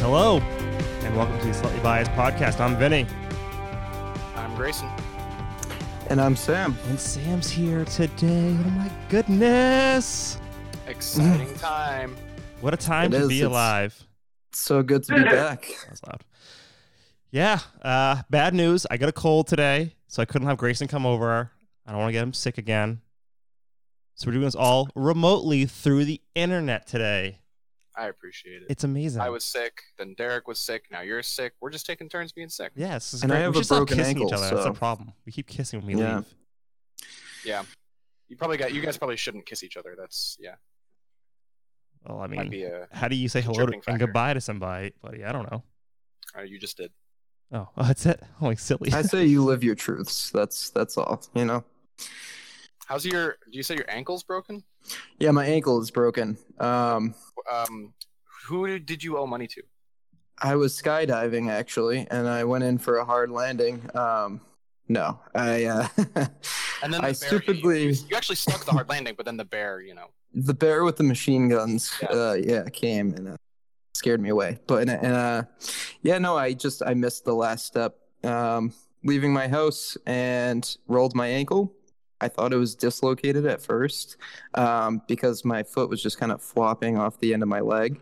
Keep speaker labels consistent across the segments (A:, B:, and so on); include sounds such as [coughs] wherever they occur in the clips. A: Hello, and welcome to the Slightly Biased Podcast. I'm Vinny.
B: I'm
C: [laughs]
B: Grayson.
C: And I'm Sam.
A: And Sam's here today. Oh my goodness.
B: Exciting time.
A: What a time
C: It
A: to
C: is,
A: be
C: it's-
A: alive.
C: It's so good [laughs] to be back.
A: That was loud. Yeah, uh, bad news. I got a cold today, so I couldn't have Grayson come over. I don't want to get him sick again. So we're doing this all remotely through the internet today.
B: I appreciate it.
A: It's amazing.
B: I was sick, then Derek was sick, now you're sick. We're just taking turns being sick.
A: Yeah, this is
C: And I
A: great.
C: have
A: we
C: a
A: just stop
C: broken
A: kissing each
C: ankle,
A: other. That's
C: so-
A: the problem. We keep kissing when we
C: Yeah.
A: leave.
B: You probably got you guys probably shouldn't kiss each other. That's yeah.
A: Well, I
B: Might
A: mean,
B: be a
A: how do you say hello to,
B: contributing
A: and
B: factor.
A: goodbye to somebody? Buddy, I don't know.
B: uh, you just did.
A: Oh, [laughs] oh that's it. Oh, like silly.
C: I say you live your truths. That's that's all. You know.
B: How's your do you say your ankle's broken?
C: Yeah, my ankle is broken. Um,
B: Um who did you owe money to?
C: I was skydiving actually, and I went in for a hard landing. Um, no, I uh, [laughs]
B: And then
C: I
B: the bear hit
C: stupidly-
B: you. you actually stuck the hard landing, but then the bear, you know.
C: the bear with the machine guns.
B: Yeah.
C: Uh, yeah, came and uh, scared me away. But and, uh, yeah, no, I just I missed the last step, um, leaving my house and rolled my ankle. I thought it was dislocated at first um, because my foot was just kind of flopping off the end of my leg.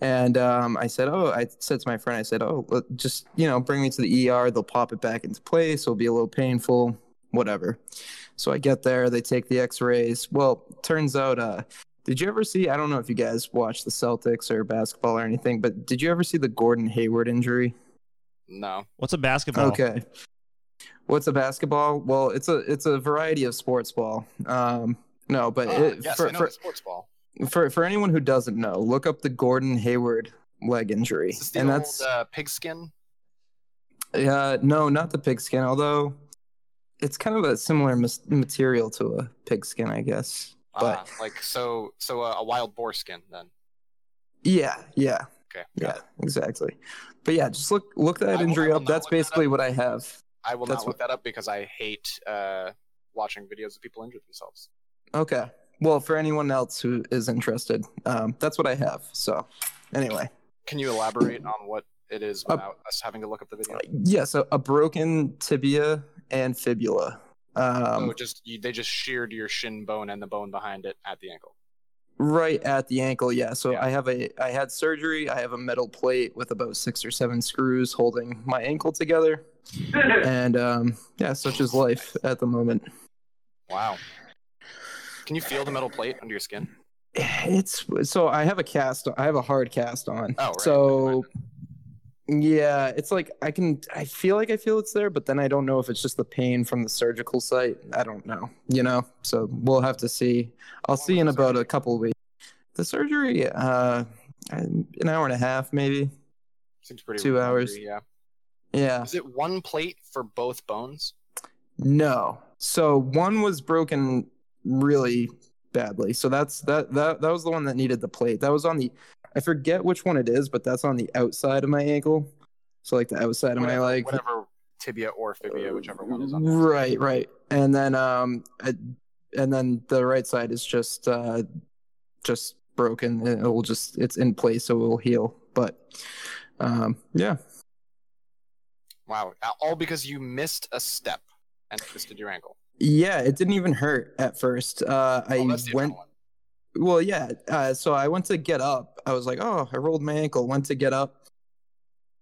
C: And um, I said, Oh, I said to my friend, I said, Oh, let- just, you know, bring me to the ER. They'll pop it back into place. It'll be a little painful, whatever. So I get there. They take the x rays. Well, turns out, uh, did you ever see? I don't know if you guys watch the Celtics or basketball or anything, but did you ever see the Gordon Hayward injury?
B: No.
A: [laughs] What's a basketball?
C: Okay. What's a basketball? Well, it's a it's a variety of sports ball. Um, no, but
B: Ah,
C: it,
B: yes, I
C: for,
B: know
C: for,
B: the sports ball.
C: for for anyone who doesn't know, look up the Gordon Hayward leg injury,
B: Is this the
C: and
B: old
C: that's
B: uh, pigskin?
C: uh, no, not the pigskin. Although it's kind of a similar mas- material to a pigskin, I guess.
B: Ah,
C: But
B: like so so uh, a wild boar skin then.
C: yeah, yeah,
B: Okay.
C: yeah, exactly. But yeah, just look look
B: I
C: that
B: will- I
C: injury
B: will
C: up.
B: not
C: That's
B: look that up.
C: basically what I have.
B: I will
C: That's
B: not look that up because I hate uh, watching videos of people injure themselves.
C: Okay. Well, for anyone else who is interested, um, that's what I have. So, anyway,
B: Can you elaborate on what it is
C: Uh,
B: without us having to look up the video?
C: yeah. So a broken tibia and fibula. Um,
B: oh, just you, they just sheared your shin bone and the bone behind it at the ankle.
C: right at the ankle. Yeah. So
B: Yeah.
C: I have a I had surgery. I have a metal plate with about six or seven screws holding my ankle together.
B: [laughs]
C: and um, yeah, such is life at the moment.
B: Wow. Can you feel the metal plate under your skin?
C: It's so I have a cast. I have a hard cast on.
B: Oh, right.
C: So yeah, it's like I can. I feel like I feel it's there, but then I don't know if it's just the pain from the surgical site. I don't know. You know. So we'll have to see. I'll
B: How
C: see
B: long
C: in
B: was the
C: about a
B: surgery?
C: couple of weeks. The surgery, uh, an hour and a half maybe.
B: Seems pretty.
C: Two hours.
B: hungry, Yeah.
C: Yeah.
B: Is it one plate for both bones?
C: No. So one was broken really badly. So that's that that that was the one that needed the plate. That was on the I forget which one it is, but that's on the outside of my ankle. So like the outside of my
B: Whatever-
C: leg.
B: whatever tibia or fibia, whichever one is on. there.
C: Right, right. And then um uh, and then the right side is just uh just broken. It will just it's in place so it will heal. But um yeah.
B: Wow. Uh, All because you missed a step and twisted your ankle.
C: Yeah, it didn't even hurt at first. Uh I
B: Oh, that's the
C: went
B: adrenaline.
C: Well, yeah. Uh, so I went to get up. I was like, oh, I rolled my ankle. Went to get up.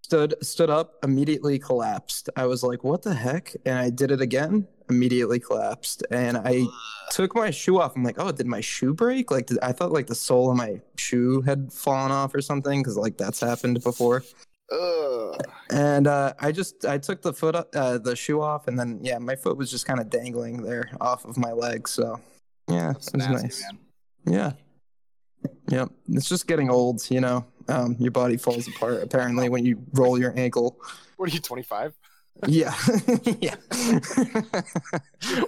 C: Stood stood up. Immediately collapsed. I was like, what the heck? And I did it again. Immediately collapsed. And I took my shoe off. I'm like, oh, did my shoe break? Like, did, I thought like the sole of my shoe had fallen off or something because like that's happened before.
B: Ugh.
C: And uh, I just I took the foot up, uh, the shoe off, and then yeah, my foot was just kind of dangling there off of my leg. So yeah, [laughs]
B: That's
C: it was
B: nasty,
C: nice.
B: man.
C: Yeah. Yep. It's just getting old, you know. Um, your body falls apart apparently when you roll your ankle.
B: What are you, 25?
C: Yeah. [laughs] yeah.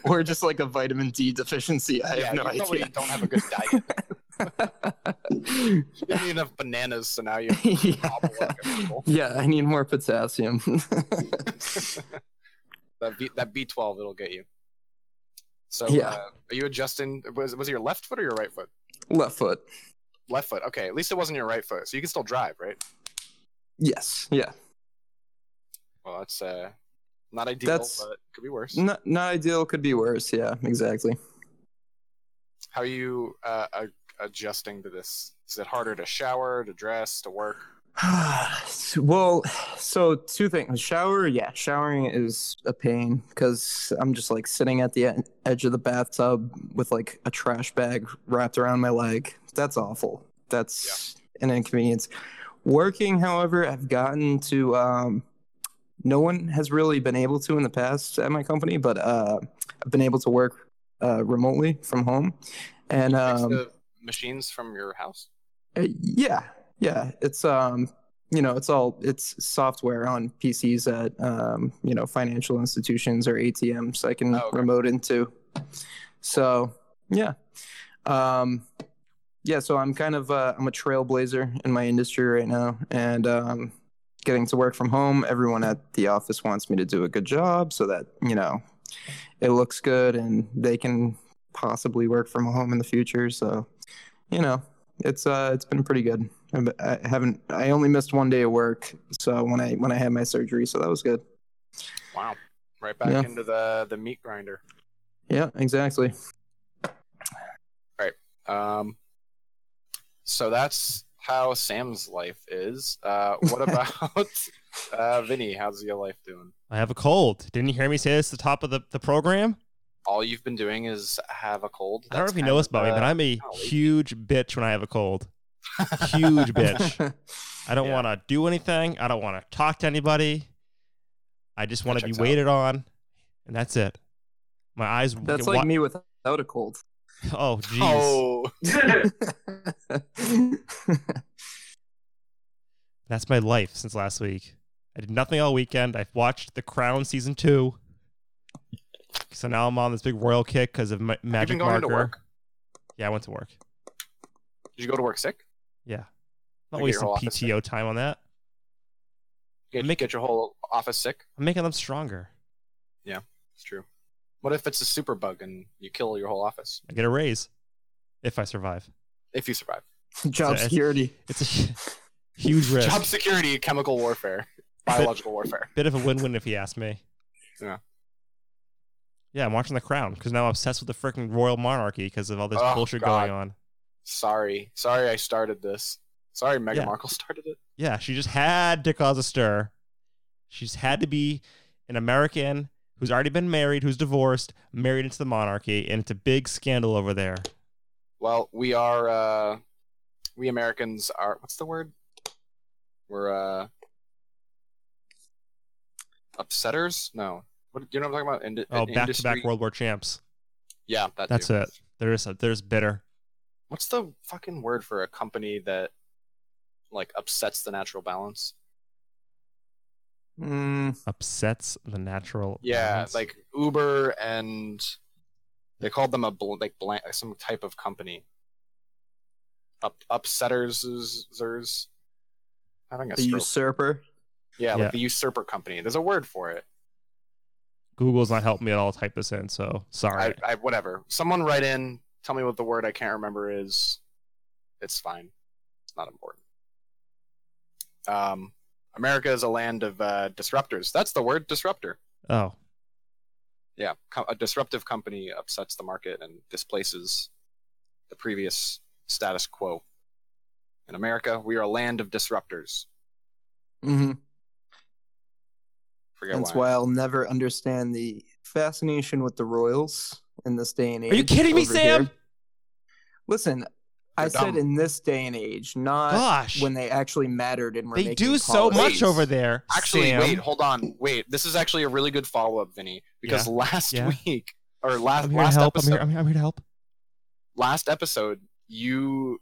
C: or just like a vitamin D deficiency. I have no
B: you probably
C: idea.
B: don't have a good
C: [laughs]
B: diet. you didn't eat enough bananas, so now you
C: [laughs] yeah.
B: hobble like a turtle.
C: [laughs] yeah, I need more potassium. [laughs]
B: that B that B twelve it'll get you. So
C: Yeah.
B: uh, are you adjusting? Was was it your left foot or your right foot?
C: Left foot.
B: Left foot. Okay, at least it wasn't your right foot, so you can still drive, right?
C: Yes. Yeah.
B: Well, that's uh, not ideal,
C: That's-
B: but it could be worse.
C: Not not ideal. Could be worse. Yeah. Exactly.
B: How are you uh, a- adjusting to this? Is it harder to shower, to dress, to work?
C: [sighs] well, so two things. Shower. Yeah. Showering is a pain because I'm just like sitting at the e- edge of the bathtub with like a trash bag wrapped around my leg. That's awful. That's an inconvenience. Working, however, I've gotten to. Um, no one has really been able to in the past at my company, but uh, I've been able to work uh, remotely from home, and
B: Fix
C: um,
B: the machines from your house?
C: uh, yeah, yeah. It's um, you know, it's all it's software on PCs at um, you know, financial institutions or ATMs I can
B: Oh, okay.
C: remote into. So yeah, um, yeah. So I'm kind of uh, I'm a trailblazer in my industry right now, and um, getting to work from home. Everyone at the office wants me to do a good job so that you know it looks good, and they can possibly work from home in the future. So you know it's uh it's been pretty good I've- i haven't i only missed one day of work so when i when i had my surgery so that was good
B: Wow. Right back
C: Yeah.
B: into the, the meat grinder.
C: yeah exactly [laughs]
B: Um, so that's how Sam's life is. Uh,
A: [laughs]
B: what about uh, Vinny? How's your life doing?
A: I have a cold. Didn't you hear me say this at the top of the, the program?
B: All you've been doing is have a cold.
A: I don't know
B: That's
A: if you
B: kind
A: know
B: of,
A: this about me,
B: uh,
A: but I'm a
B: golly.
A: huge bitch when I have a
B: [laughs]
A: cold. Huge bitch. I don't
B: Yeah.
A: want to do anything. I don't want to talk to anybody. I just want to be
B: checks out.
A: waited on, and that's it. My eyes.
C: that's
A: wa-
C: like me without a cold [laughs]
B: [laughs]
A: Oh, jeez.
B: Oh,
A: That's my life since last week. I did nothing all weekend. I've watched The Crown season two. So now I'm on this big royal kick because of ma- Magic
B: been going
A: Marker.
B: to work?
A: Yeah, I went to work.
B: did you go to work sick?
A: Yeah. Not
B: Like your
A: wasting
B: whole office
A: PTO time on that.
B: Get,
A: Make-
B: get your whole office sick.
A: I'm making them stronger.
B: It's true. What if it's a super bug and you kill your whole office
A: I get a raise if I survive.
B: if you survive?
C: job
A: So-
C: security
A: It's a
B: [laughs]
A: hu- huge risk.
B: Job security, chemical warfare, biological warfare.
A: Bit of a win win if you ask me.
B: Yeah.
A: Yeah, I'm watching The Crown because now I'm obsessed with the freaking royal monarchy because of all this
B: Oh,
A: bullshit
B: God.
A: going on.
B: Sorry, sorry, I started this. Sorry, Meghan
A: Yeah.
B: Markle [laughs] started it.
A: Yeah, she just had to cause a stir. She's had to be an American who's already been married, who's divorced, married into the monarchy, and it's a big scandal over there.
B: Well, we are uh we Americans are what's the word? We're uh upsetters? No. What do you know what I'm talking about? Indi-
A: Oh,
B: in-
A: back to back
B: industry-
A: World War champs.
B: Yeah, that
A: That's
B: dude.
A: it. There's a, there's bitter.
B: What's the fucking word for a company that like upsets the natural balance?
C: Mm,
A: Upsets the natural.
B: Yeah,
A: balance.
B: like Uber and they called them a bl- like blank some type of company. Up upsetters. Having a
C: the
B: stroke.
C: usurper
B: Yeah, like
A: Yeah.
B: the usurper company. There's a word for it.
A: Google's not helping me at all. Type this in. So sorry.
B: I, I whatever. Someone write in, tell me what the word I can't remember is. It's fine. It's not important. Um, America is a land of uh, disruptors. That's the word, disruptor.
A: oh,
B: Yeah, co- a disruptive company upsets the market and displaces the previous status quo. In America, we are a land of disruptors.
C: hmm
B: Forget
C: that's
B: why.
C: why i'll never understand the fascination with the royals in this day and age
A: are you kidding me,
C: over
A: Sam?
C: here. listen i
B: You're
C: said
B: dumb.
C: in this day and age not
A: Gosh,
C: when they actually mattered and were
A: they
C: making
A: do so
C: policy.
A: much
B: policies.
A: over there.
B: Actually,
A: Sam.
B: wait, hold on, wait. This is actually a really good follow up, Vinny, because last
A: yeah.
B: week or last
A: I'm here to
B: last
A: help. I'm
B: episode,
A: here, I'm here. I'm here to help.
B: last episode, you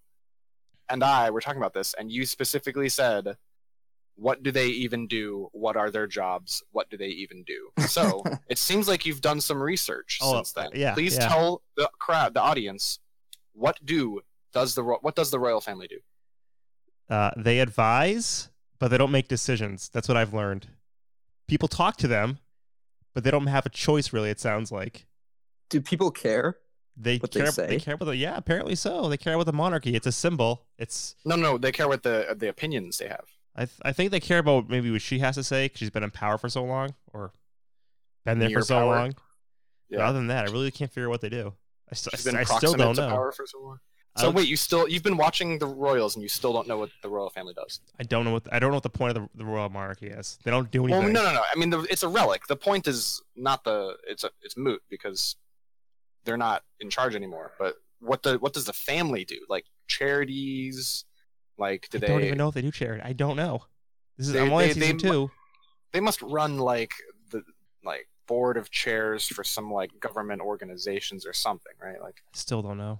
B: and I were talking about this, and you specifically said, "What do they even do? What are their jobs? What do they even
A: [laughs]
B: do?" So it seems like you've done some research
A: Oh,
B: since then.
A: yeah,
B: Please
A: yeah.
B: tell the crowd, the audience, what do does the ro- what does the royal family do?
A: Uh, they advise, but they don't make decisions. That's what I've learned. People talk to them, but they don't have a choice. Really, it sounds like
C: [laughs] Do people care?
A: they
C: What they
A: care.
C: say.
A: care about the yeah. Apparently so. They care about the monarchy. It's a symbol. It's
B: No, no, they care what the the opinions they have.
A: I th- I think they care about maybe what she has to say because she's been in power for so long or been there
B: Near
A: for so
B: power.
A: long. But
B: Yeah.
A: other than that, I really can't figure out what they do. I, st- I
B: She's been
A: st- I
B: proximate
A: still don't
B: to
A: know.
B: power for so long.
A: I
B: So
A: don't-
B: wait, you still you've been watching the Royals and you still don't know what the royal family does.
A: I don't know what I don't know what the point of the, the royal monarchy is. They don't do
B: Well,
A: anything.
B: Oh, no, no, no. I mean, the, it's a relic. The point is not the it's a it's moot because they're not in charge anymore. But what the what does the family do? Like charities? Like do
A: I
B: they?
A: don't even know if they do charity. I don't know. This is
B: They-
A: I'm only
B: they-
A: on season
B: they mu-
A: two.
B: They must run like the like board of chairs for some like government organizations or something, right? Like
A: Still don't know.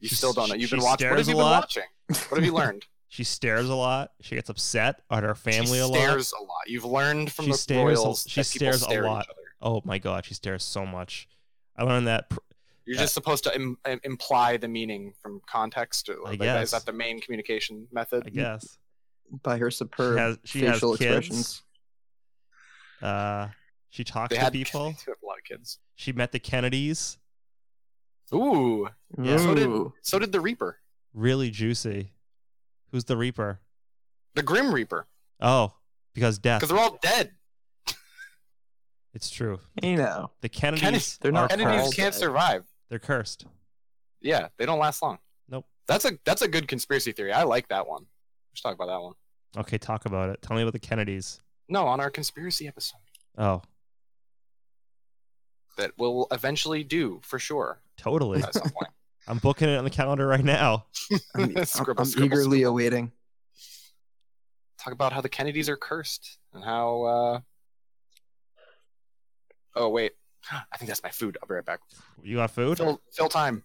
B: you
A: She-
B: still don't know. You've
A: she
B: been watching. What
A: stares
B: have you
A: a
B: been
A: lot.
B: watching? What have you learned?
A: She stares a lot. She gets upset at her [laughs] family
B: she
A: a lot.
B: stares a lot. You've learned from
A: She
B: the
A: stares a-
B: Royals.
A: she
B: that people
A: stares a
B: stare at each
A: lot.
B: other.
A: Oh my god, she stares so much. I learned that. Pr-
B: You're
A: Uh,
B: just supposed to Im- im- imply the meaning from context. Or,
A: I
B: like,
A: guess.
B: Is that the main communication
A: I
B: method?
A: guess.
C: by her superb
A: has- she has
C: facial
A: kids.
C: expressions.
A: Uh, she talks
B: They
A: to
B: had
A: people.
B: [laughs] they had a lot of kids.
A: She met the Kennedys.
B: Ooh,
A: Yeah.
B: So did-
C: Ooh.
B: so did the Reaper,
A: Really juicy. Who's the Reaper?
B: the Grim Reaper,
A: Oh, because death.
B: because they're all dead.
A: It's true.
C: you know,
A: The Kennedys.
C: They're not
A: are
C: Kennedys
B: Enemies
C: all
A: cursed.
B: can't
C: dead.
B: survive.
A: They're cursed.
B: Yeah, they don't last long.
A: Nope.
B: That's a that's a good conspiracy theory. I like that one. Let's talk about that one.
A: Okay, talk about it. Tell me about the Kennedys.
B: No, on our conspiracy episode
A: Oh,
B: that we'll eventually do for sure
A: totally.
B: at some point.
A: I'm booking it on the calendar right now.
C: [laughs] I'm, I'm-
B: Scribble,
C: I'm
B: scribble,
C: eagerly awaiting.
B: talk about how the Kennedys are cursed and how. uh Oh wait, [gasps] I think that's my food. I'll be right back.
A: You want food?
B: Fill, fill time.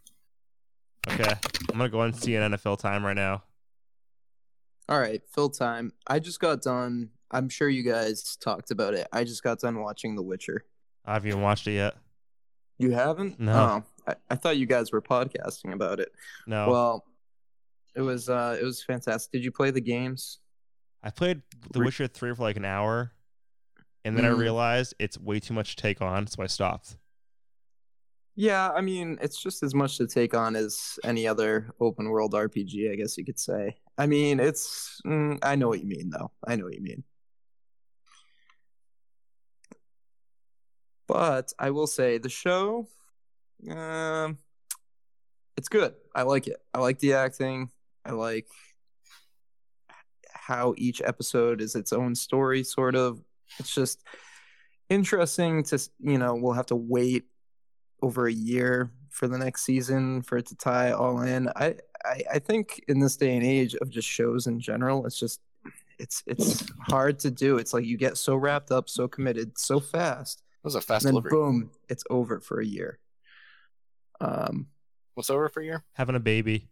A: Okay, I'm gonna go on CNN NFL time right now.
C: All right, fill time. I just got done. I'm sure you guys talked about it. I just got done watching The Witcher.
A: I haven't even watched it yet.
C: You haven't?
A: No. Oh.
C: Oh, I, I thought you guys were podcasting about it.
A: No,
C: Well, it was uh it was fantastic. Did you play the games?
A: I played The
C: Re-
A: Witcher three for like an hour, and then I
C: Mm.
A: realized it's way too much to take on, so I stopped.
C: Yeah, I mean, it's just as much to take on as any other open world RPG, I guess you could say. I mean, it's mm, I know what you mean though. I know what you mean. But I will say the show um it's good. I like it. I like the acting. I like how each episode is its own story sort of. It's just interesting to, s- you know, we'll have to wait over a year for the next season for it to tie all in. I, I, I think in this day and age of just shows in general, it's just it's it's hard to do. It's like you get so wrapped up, so committed, so fast,
B: That was a fast
C: and then
B: delivery.
C: boom, it's over for a year. Um,
B: What's over for a year?
A: Having a baby.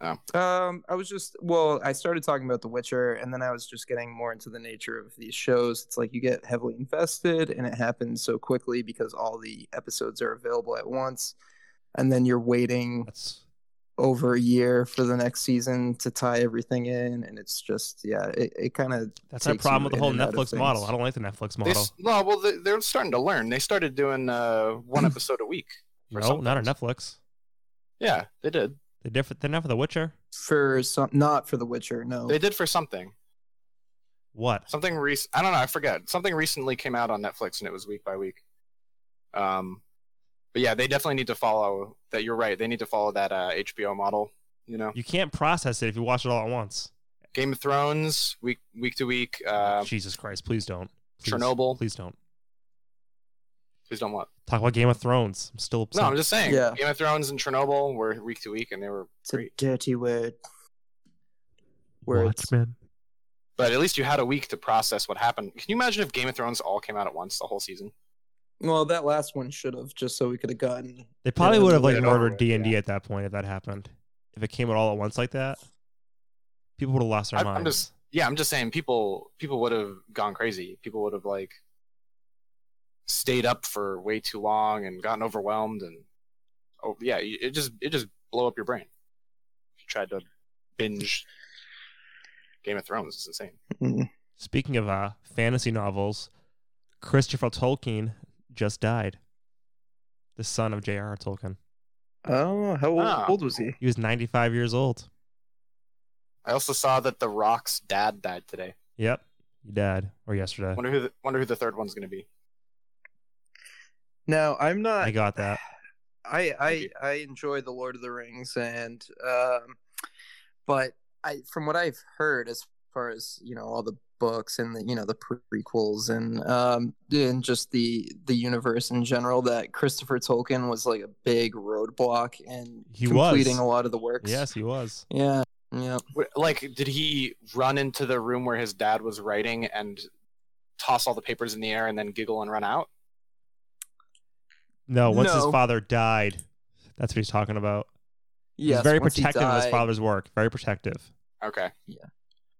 C: um, I was just well, I started talking about The Witcher, and then I was just getting more into the nature of these shows. It's like you get heavily invested, and it happens so quickly because all the episodes are available at once. And then you're waiting
A: That's
C: over a year for the next season to tie everything in and it's just yeah it, it kind of
A: that's my
C: Takes
A: problem
C: you
A: with the
C: in
A: whole
C: and out of
A: Netflix
C: things.
A: model. I don't like the Netflix
B: They,
A: model.
B: s- no, well, they, they're starting to learn. They started doing uh, one
C: [laughs]
B: episode a week.
A: No,
B: or something.
A: not on Netflix.
B: Yeah, they did.
A: They're different. They're not for The Witcher.
C: for some not for the witcher no
B: They did for something.
A: What?
B: Something recent. I don't know. I forget. Something recently came out on Netflix, and it was week by week. Um, but yeah, they definitely need to follow that. You're right. They need to follow that uh, HBO model. You know,
A: You can't process it if you watch it all at once.
B: Game of Thrones week week to week. Uh,
A: Jesus Christ! Please don't. Please,
B: Chernobyl.
A: Please don't
B: please don't want.
A: talk about Game of Thrones. I'm still upset.
B: No, I'm just saying.
C: Yeah.
B: Game of Thrones and Chernobyl were week to week, and they were
C: it's a
B: great.
C: dirty word words
A: Watchmen.
B: But at least you had a week to process what happened. Can you imagine if Game of Thrones all came out at once, the whole season?
C: well that last one should have just so we could have gotten
A: They probably would have like
B: get it over
A: murdered
B: with,
A: D and D at that point if that happened. If it came out all at once like that, people would have lost their
B: I- I'm
A: minds.
B: just- Yeah, I'm just saying people people would have gone crazy. People would have like stayed up for way too long and gotten overwhelmed and oh yeah, it it just it just blow up your brain. If you tried to binge Game of Thrones, it's insane.
C: Mm.
A: Speaking of uh, fantasy novels, Christopher Tolkien just died. The son of J.R.R. Tolkien.
C: oh how old,
B: Ah.
C: old was he
A: He was 95 years old.
B: I also saw that The Rock's dad died today.
A: Yep. He died or yesterday.
B: Wonder who the, wonder who the third one's going to be.
C: No, I'm
A: I
C: not.
A: got that.
C: I I
B: Okay.
C: I enjoy the Lord of the Rings, and um, but I from what I've heard, as far as you know, all the books and the you know the prequels and um and just the the universe in general, that Christopher Tolkien was like a big roadblock and
A: He was.
C: completing a lot of the works.
A: Yes, he was.
C: Yeah. Yeah.
B: Wh- Like, did he run into the room where his dad was writing and toss all the papers in the air and then giggle and run out?
A: No, once his
C: No.
A: father died, that's what he's talking about.
C: Yes,
A: he's very
C: once he
A: protective of his
C: died-
A: father's work. Very protective.
B: Okay.
C: Yeah.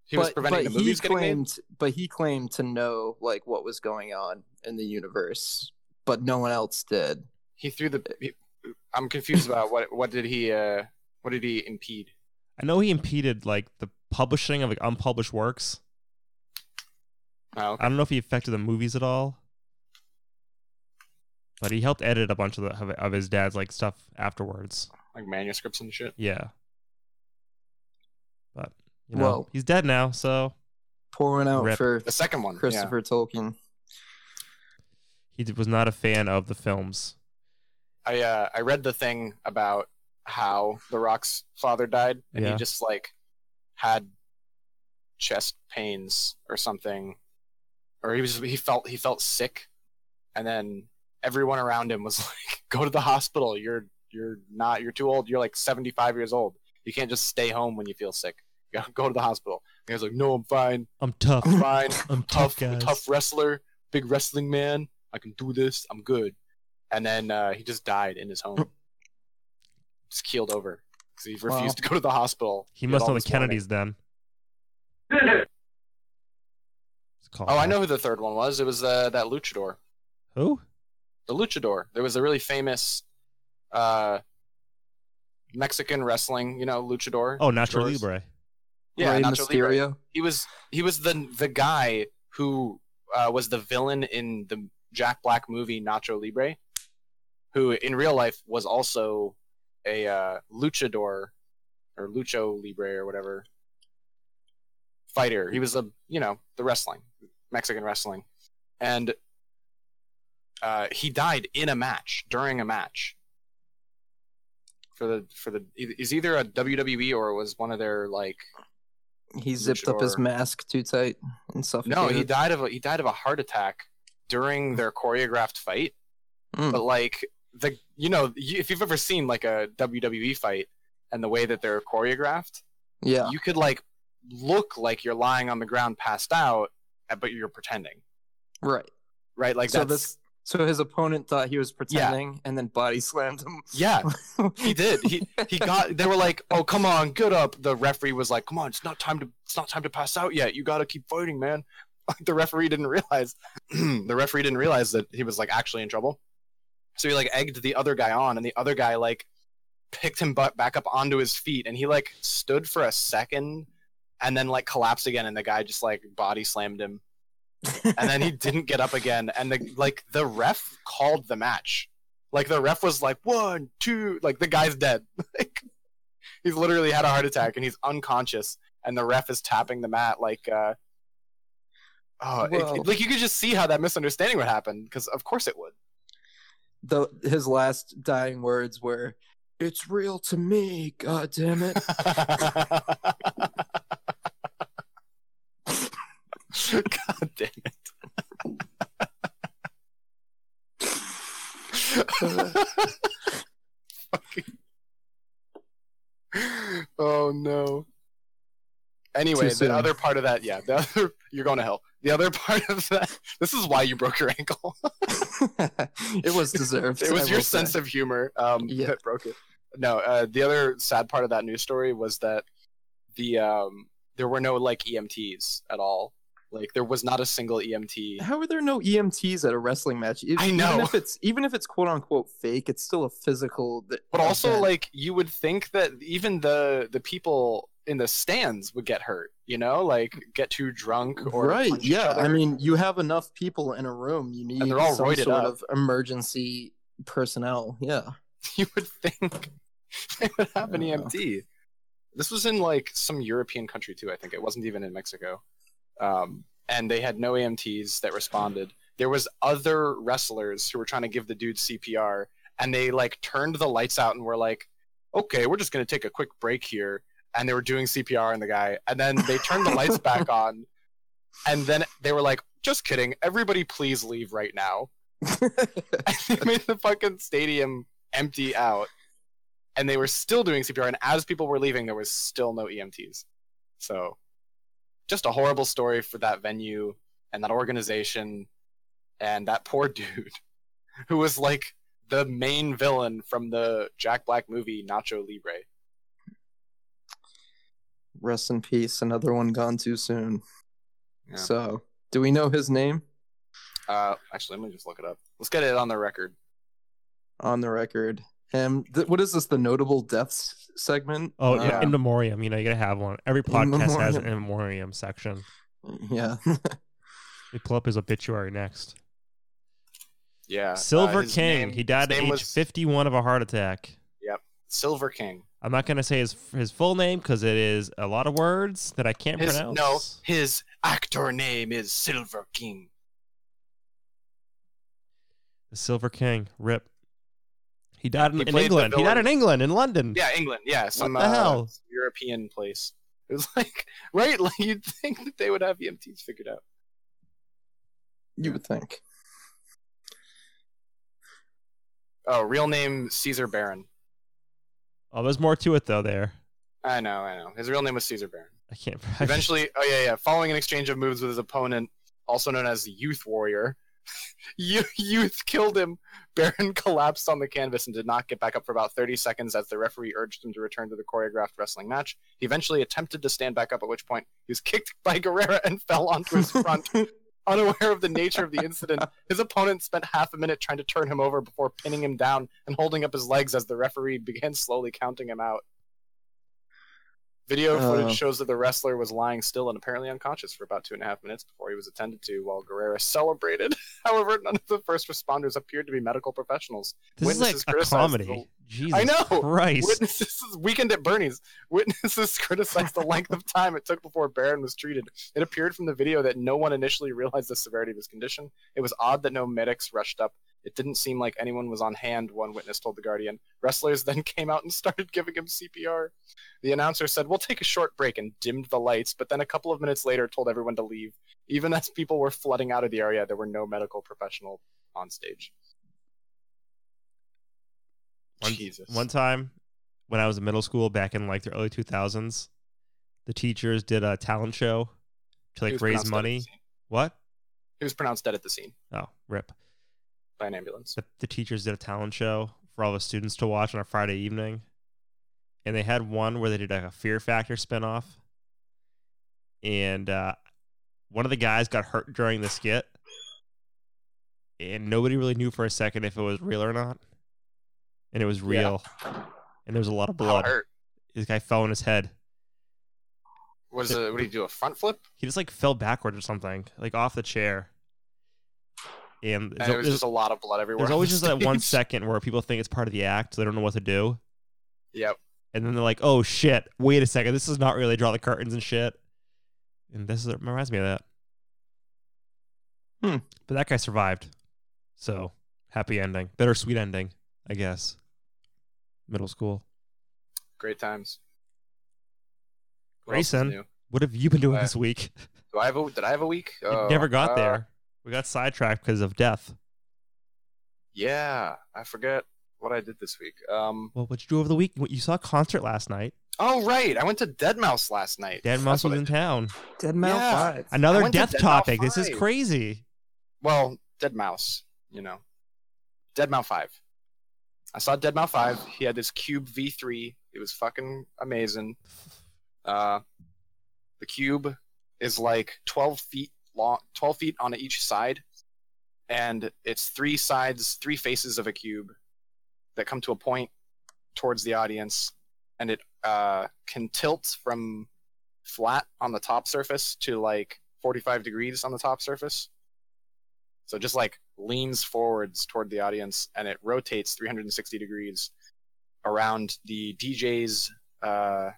B: He was preventing the movies
C: he
B: getting made.
C: claimed, But he claimed to know like what was going on in the universe, but no one else did.
B: He threw the. He, I'm confused about what what did he uh what did he impede?
A: I know he impeded like the publishing of like unpublished works.
B: Oh, okay.
A: I don't know if he affected the movies at all, but he helped edit a bunch of the, of, of his dad's like stuff afterwards.
B: like manuscripts and shit.
A: Yeah, but you know
C: Well-
A: he's dead now, so
C: Pouring out
A: Rip.
C: for
B: The second one. Yeah.
C: Christopher Tolkien.
A: he d- was not a fan of the films.
B: I uh, I read the thing about how The Rock's father died, and
A: Yeah.
B: he just like had chest pains or something, or he was he felt he felt sick, and then everyone around him was [laughs] like, "Go to the hospital. You're you're not you're too old. You're like 75 years old. You can't just stay home when you feel sick. [laughs] Go, go to the hospital." And he was like, "No, I'm fine.
A: I'm tough.
B: [coughs] I'm fine.
A: I'm tough,
B: tough,
A: guys.
B: tough wrestler, big wrestling man. I can do this. I'm good. And then uh, he just died in his home, just keeled over because he refused
C: Wow.
B: to go to the hospital.
A: He
B: did
A: must
B: all
A: know the
B: this morning.
A: Kennedys then. It's called-
B: Oh, I know who the third one was. It was uh, that luchador,
A: Who?
B: the luchador. There was a really famous uh, Mexican wrestling, you know, luchador.
A: Oh, Nacho
B: Luchadors.
A: Libre.
B: yeah,
C: Rey
B: Nacho Libre.
C: Mysterio.
B: He was he was the the guy who uh, was the villain in the Jack Black movie Nacho Libre, who in real life was also a uh, luchador or lucho libre or whatever fighter. He was a you know the wrestling Mexican wrestling, and uh, he died in a match during a match. For the for the e, is either a WWE or it was one of their like
C: He zipped up his
B: Luchador.
C: mask too tight and suffocated.
B: No, he died of a, he died of a heart attack during their choreographed fight.
C: Mm.
B: But like the you know you, if you've ever seen like a WWE fight and the way that they're choreographed,
C: Yeah.
B: you could like look like you're lying on the ground passed out, uh, but you're pretending,
C: Right.
B: right? Like
C: so
B: that's
C: this so his opponent thought he was pretending and then body [laughs] slammed him.
B: yeah. He did. He
C: [laughs]
B: he got. They were like, "Oh, come on, get up." The referee was like, "Come on, it's not time to. It's not time to pass out yet. You got to keep fighting, man." [laughs] Like the referee didn't realize. [clears throat] the referee didn't realize that he was like actually in trouble. So he like egged the other guy on, and the other guy like picked him butt back up onto his feet, and he like stood for a second, and then like collapsed again, and the guy just like body slammed him, and then he didn't get up again, and the like the ref called the match. Like the ref was like one, two, like the guy's dead. [laughs] Like he's literally had a heart attack and he's unconscious, and the ref is tapping the mat like. uh Oh, it-
C: Whoa.
B: like you could just see how that misunderstanding would happen because of course it would.
C: the his last dying words were, "It's real to me, god damn it."
B: God damn it. Fucking- oh no. Anyway,
C: soon.
B: the other part of that, yeah, the other, you're going to hell. The other part of that, this is why you broke your ankle.
C: it was [laughs] deserved.
B: [laughs] it
C: I
B: was your
C: will say.
B: sense of humor um, [laughs]
C: Yeah.
B: that broke it. No, uh, the other sad part of that news story was that the um, there were no like EMTs at all. Like there was not a single E EMT.
C: How are there no EMTs at a wrestling match? If-
B: I
C: Even
B: know.
C: if it's even if it's quote unquote fake, it's still a physical. th-
B: But also,
C: event.
B: like you would think that even the the people in the stands would get hurt. You know, like get too drunk or
C: right?
B: punch each
C: Yeah, I
B: other.
C: mean, you have enough people in a room. You need
B: they're all
C: some
B: roided up.
C: sort of emergency
B: [laughs]
C: personnel. Yeah,
B: you would think they would have an
C: Yeah.
B: EMT. This was in like some European country too. I think it wasn't even in Mexico. Um, and they had no AMTs that responded. There was other wrestlers who were trying to give the dude CPR, and they like turned the lights out and were like, "Okay, we're just gonna take a quick break here." And they were doing CPR on the guy, and then they turned the lights back on, and then they were like, "Just kidding, everybody, please leave right now." and [laughs] they made the fucking stadium empty out and they were still doing CPR. And as people were leaving, there was still no EMTs. So, just a horrible story for that venue and that organization and that poor [laughs] dude who was like the main villain from the Jack Black movie Nacho Libre.
C: Rest in peace. Another one gone too soon.
B: Yeah.
C: So, do we know his name
B: Uh, actually, let me just look it up. Let's get it on the record.
C: on the record? Um, th- what is this? The notable deaths segment?
A: Oh,
C: Uh,
A: yeah. in memoriam. You know, you gotta have one. Every podcast has an in memoriam section.
B: [laughs]
C: yeah.
A: We pull up his obituary next.
B: Yeah. uh,
A: Silver
B: his
A: King.
B: name-
A: he died
B: his
A: at
B: name
A: age
B: was
A: 51 of a heart attack.
B: Silver King.
A: I'm not gonna say his his full name because it is a lot of words that I can't
B: His,
A: pronounce.
B: no, his actor name is Silver King.
A: The Silver King. Rip. He died in,
B: He
A: in
B: played the
A: England. He died in
B: villain.
A: England, in London.
B: Yeah, England. Yeah, some
A: the
B: Uh,
A: hell?
B: European place. It was like [laughs] right, like you'd think that they would have EMTs figured out.
C: You would think.
B: Oh, real name Caesar Baron.
A: Oh, there's more to it though. There,
B: I know, I know. His real name was Caesar Baron.
A: I can't. [laughs]
B: Eventually, oh yeah, yeah. Following an exchange of moves with his opponent, also known as Youth Warrior, [laughs] Yo- Youth killed him. [laughs] Baron collapsed on the canvas and did not get back up for about 30 seconds as the referee urged him to return to the choreographed wrestling match. He eventually attempted to stand back up, at which point he was kicked [laughs] by Guerrera and fell onto his front.
C: [laughs]
B: Unaware of the nature of the incident, his opponent spent half a minute trying to turn him over before pinning him down and holding up his legs as the referee began slowly counting him out. Video footage
C: Oh.
B: shows that the wrestler was lying still and apparently unconscious for about two and a half minutes before he was attended to while Guerrera celebrated. [laughs] However, none of the first responders appeared to be medical professionals.
A: this is like
B: witnesses
A: a
B: criticized
A: comedy.
B: the-
A: Jesus
B: I know!
A: Christ.
B: Witnesses [laughs] weekend at Bernie's. Witnesses [laughs] criticized the length of time it took before Barron was treated. It appeared from the video that no one initially realized the severity of his condition. It was odd that no medics rushed up. It didn't seem like anyone was on hand, one witness told The Guardian. Wrestlers then [laughs] came out and started giving him CPR. The announcer said, We'll take a short break and dimmed the lights, but then a couple of minutes later told everyone to leave. Even as people were flooding out of the area, there were no medical professional on stage.
A: One-
B: Jesus.
A: One time when I was in middle school back in like the early 2000s, the teachers did a talent show to
B: He
A: like
B: was
A: raise
B: pronounced dead at the
A: money.
B: scene.
A: What?
B: He was pronounced dead at the scene
A: Oh, rip.
B: by an ambulance.
A: The, the teachers did a talent show for all the students to watch on a Friday evening. And they had one where they did like a Fear Factor spinoff. And uh, one of the guys got hurt during the skit. And nobody really knew for a second if it was real or not. And it was
B: Yeah.
A: real. And there was a lot of
B: How
A: blood.
B: hurt.
A: This guy fell on his head.
B: Was
A: The-
B: it? What do you do? A front flip?
A: He just like fell backward or something, like off the chair. And,
B: And Uh, it was
A: there's,
B: just a lot of blood everywhere.
A: there's
B: on
A: always
B: the
A: just that
B: [laughs]
A: one
B: stage.
A: second where people think it's part of the act, so they don't know what to do.
B: Yep.
A: And then they're like, oh shit, wait a second, this is not really draw the curtains and shit. And this is, it reminds me of that.
C: Hmm.
A: But that guy survived. So happy ending. Bittersweet ending, I guess. Middle school.
B: Great times. What else is
A: Grayson,
B: new?
A: what have you been doing
B: Uh,
A: this week? [laughs]
B: Do I have a? Did I have a week? Oh,
A: it never got
B: uh,
A: there. We got sidetracked because of death.
B: Yeah, I forget what I did this week. Um.
A: Well, what you do over the week? What you saw a concert last night?
B: Oh right, I went to Dead Mouse last night.
A: Dan
B: That's
A: Mouse
B: what
A: was
B: I
A: in
B: did.
A: town.
C: Dead
B: Mouse Yeah.
C: Five.
B: I
A: Another
B: went to
A: death
B: Dead Mouse
A: topic. This is
B: Five.
A: crazy.
B: Well, Dead Mouse. You know, Dead Mouse Five. I saw Dead Mouse Five. He had this Cube V3. It was fucking amazing. Uh, the cube is like 12 feet long, 12 feet on each side, and it's three sides, three faces of a cube that come to a point towards the audience, and it uh, can tilt from flat on the top surface to like 45 degrees on the top surface. So it just like leans forwards toward the audience, and it rotates 360 degrees around the DJ's uh,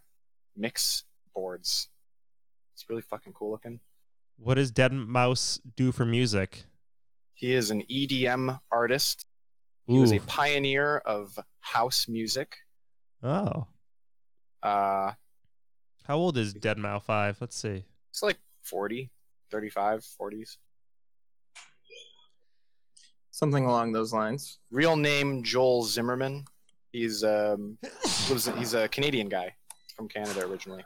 B: mix boards. It's really fucking cool looking.
A: What does Dead Mouse do for music?
B: He is an EDM artist. He
A: Ooh.
B: was a pioneer of house music.
A: Oh.
B: Uh,
A: How old is Dead Mouse 5? Let's see.
B: it's like 40, 35, 40s.
C: Something along those lines.
B: Real name Joel Zimmerman. He's um, lives in- he's a Canadian guy from Canada originally.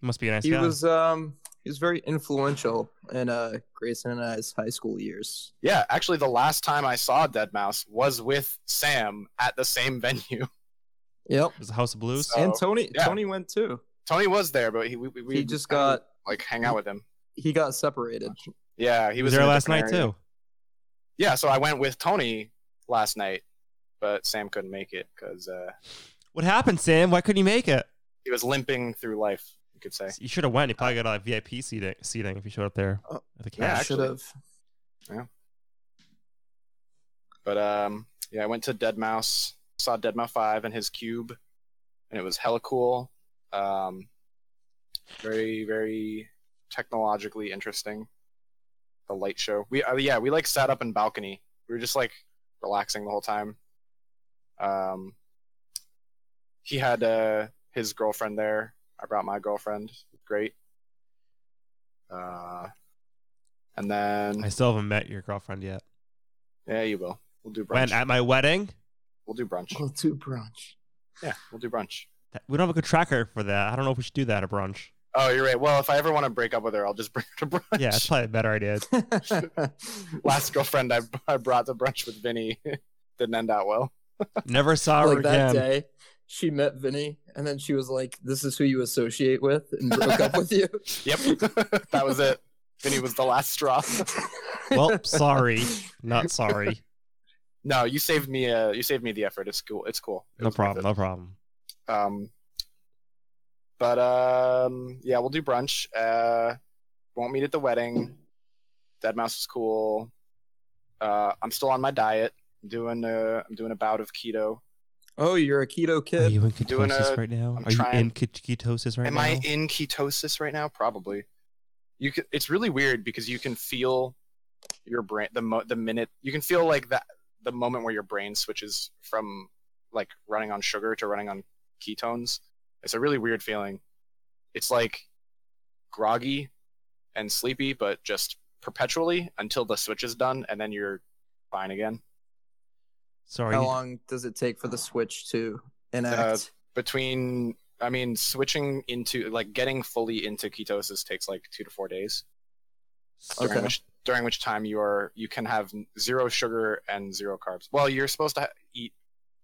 A: Must be a nice
C: He
A: guy.
C: was um he was very influential in uh Grayson and I's high school years.
B: Yeah, actually, the last time I saw Dead Mouse was with Sam at the same [laughs] venue.
C: Yep.
A: It was the House of Blues.
B: So-
C: and Tony
B: yeah.
C: Tony went too.
B: Tony was there, but he we, we- we
C: he just got
B: like hang out with him.
C: he got separated.
B: Yeah, he
A: He
B: was
A: was there
B: in a
A: last
B: different
A: night,
B: area.
A: too.
B: Yeah, so I went with Tony last night, but Sam couldn't make it because uh,
A: What happened, Sam? Why couldn't you make it?
B: he was limping through life. You could say.
A: You should have went. You probably got a VIP seating, seating if you showed up there
C: Oh,
A: at the
B: Yeah,
A: cash.
C: should
B: actually.
C: have.
B: But um, yeah, I went to Dead Mouse, saw Dead Mouse Five and his cube, and it was hella cool. Um, very very technologically interesting. The light show. We uh, yeah, we like sat up in balcony. We were just like relaxing the whole time. Um, he had uh his girlfriend there. I brought my girlfriend. Great. Uh, and then
A: I still haven't met your girlfriend yet.
B: yeah, you will. We'll do brunch.
A: When? At my wedding?
B: We'll do brunch.
C: Well, too brunch. [laughs]
B: Yeah, we'll do brunch.
A: That- We don't have a good tracker for that. I don't know if we should do that at
B: [laughs]
A: brunch.
B: Oh, you're right. Well, if I ever want to break up with her, I'll just bring her to brunch.
A: Yeah, that's probably a better idea.
B: Last girlfriend I, I brought to brunch with Vinny [laughs] didn't end out well.
A: Never saw her
C: like that
A: again.
C: day, she met Vinny, and then she was like, "This is who you associate with," and broke up with you.
B: [laughs] Yep,
C: [laughs]
B: that was it. Vinny was the last straw. [laughs]
A: [laughs] Well,
C: [laughs]
A: sorry. Not sorry.
B: [laughs] No, you saved me. Uh, you saved me the effort. It's cool. It's cool. It
A: No
B: was worth
A: problem.
B: it.
A: No problem.
B: Um, but um, yeah, we'll do brunch. Uh, won't meet at the wedding. Dead mouse is cool. Uh, I'm still on my diet. I'm doing a, I'm doing a bout of keto.
C: oh, you're a keto
A: Are
C: kid.
A: you in
B: doing
A: ketosis
B: a-
A: right now?
B: I'm
A: Are you
B: trying-
A: in ke- ketosis right
B: Am
A: now?
B: I in ketosis right now? Probably. You can, it's really weird because you can feel your brain the mo- the minute you can feel like that the moment where your brain switches from like running on sugar to running on ketones. It's a really weird feeling. It's like groggy and sleepy, but just perpetually until the switch is done, and then you're fine again.
A: Sorry.
C: How long does it take for the switch to
B: Uh,
C: enact?
B: Between, I mean, switching into like getting fully into ketosis takes like two to four days. during
C: Okay.
B: which during which time you are you can have zero sugar and zero carbs. Well, you're supposed to ha- eat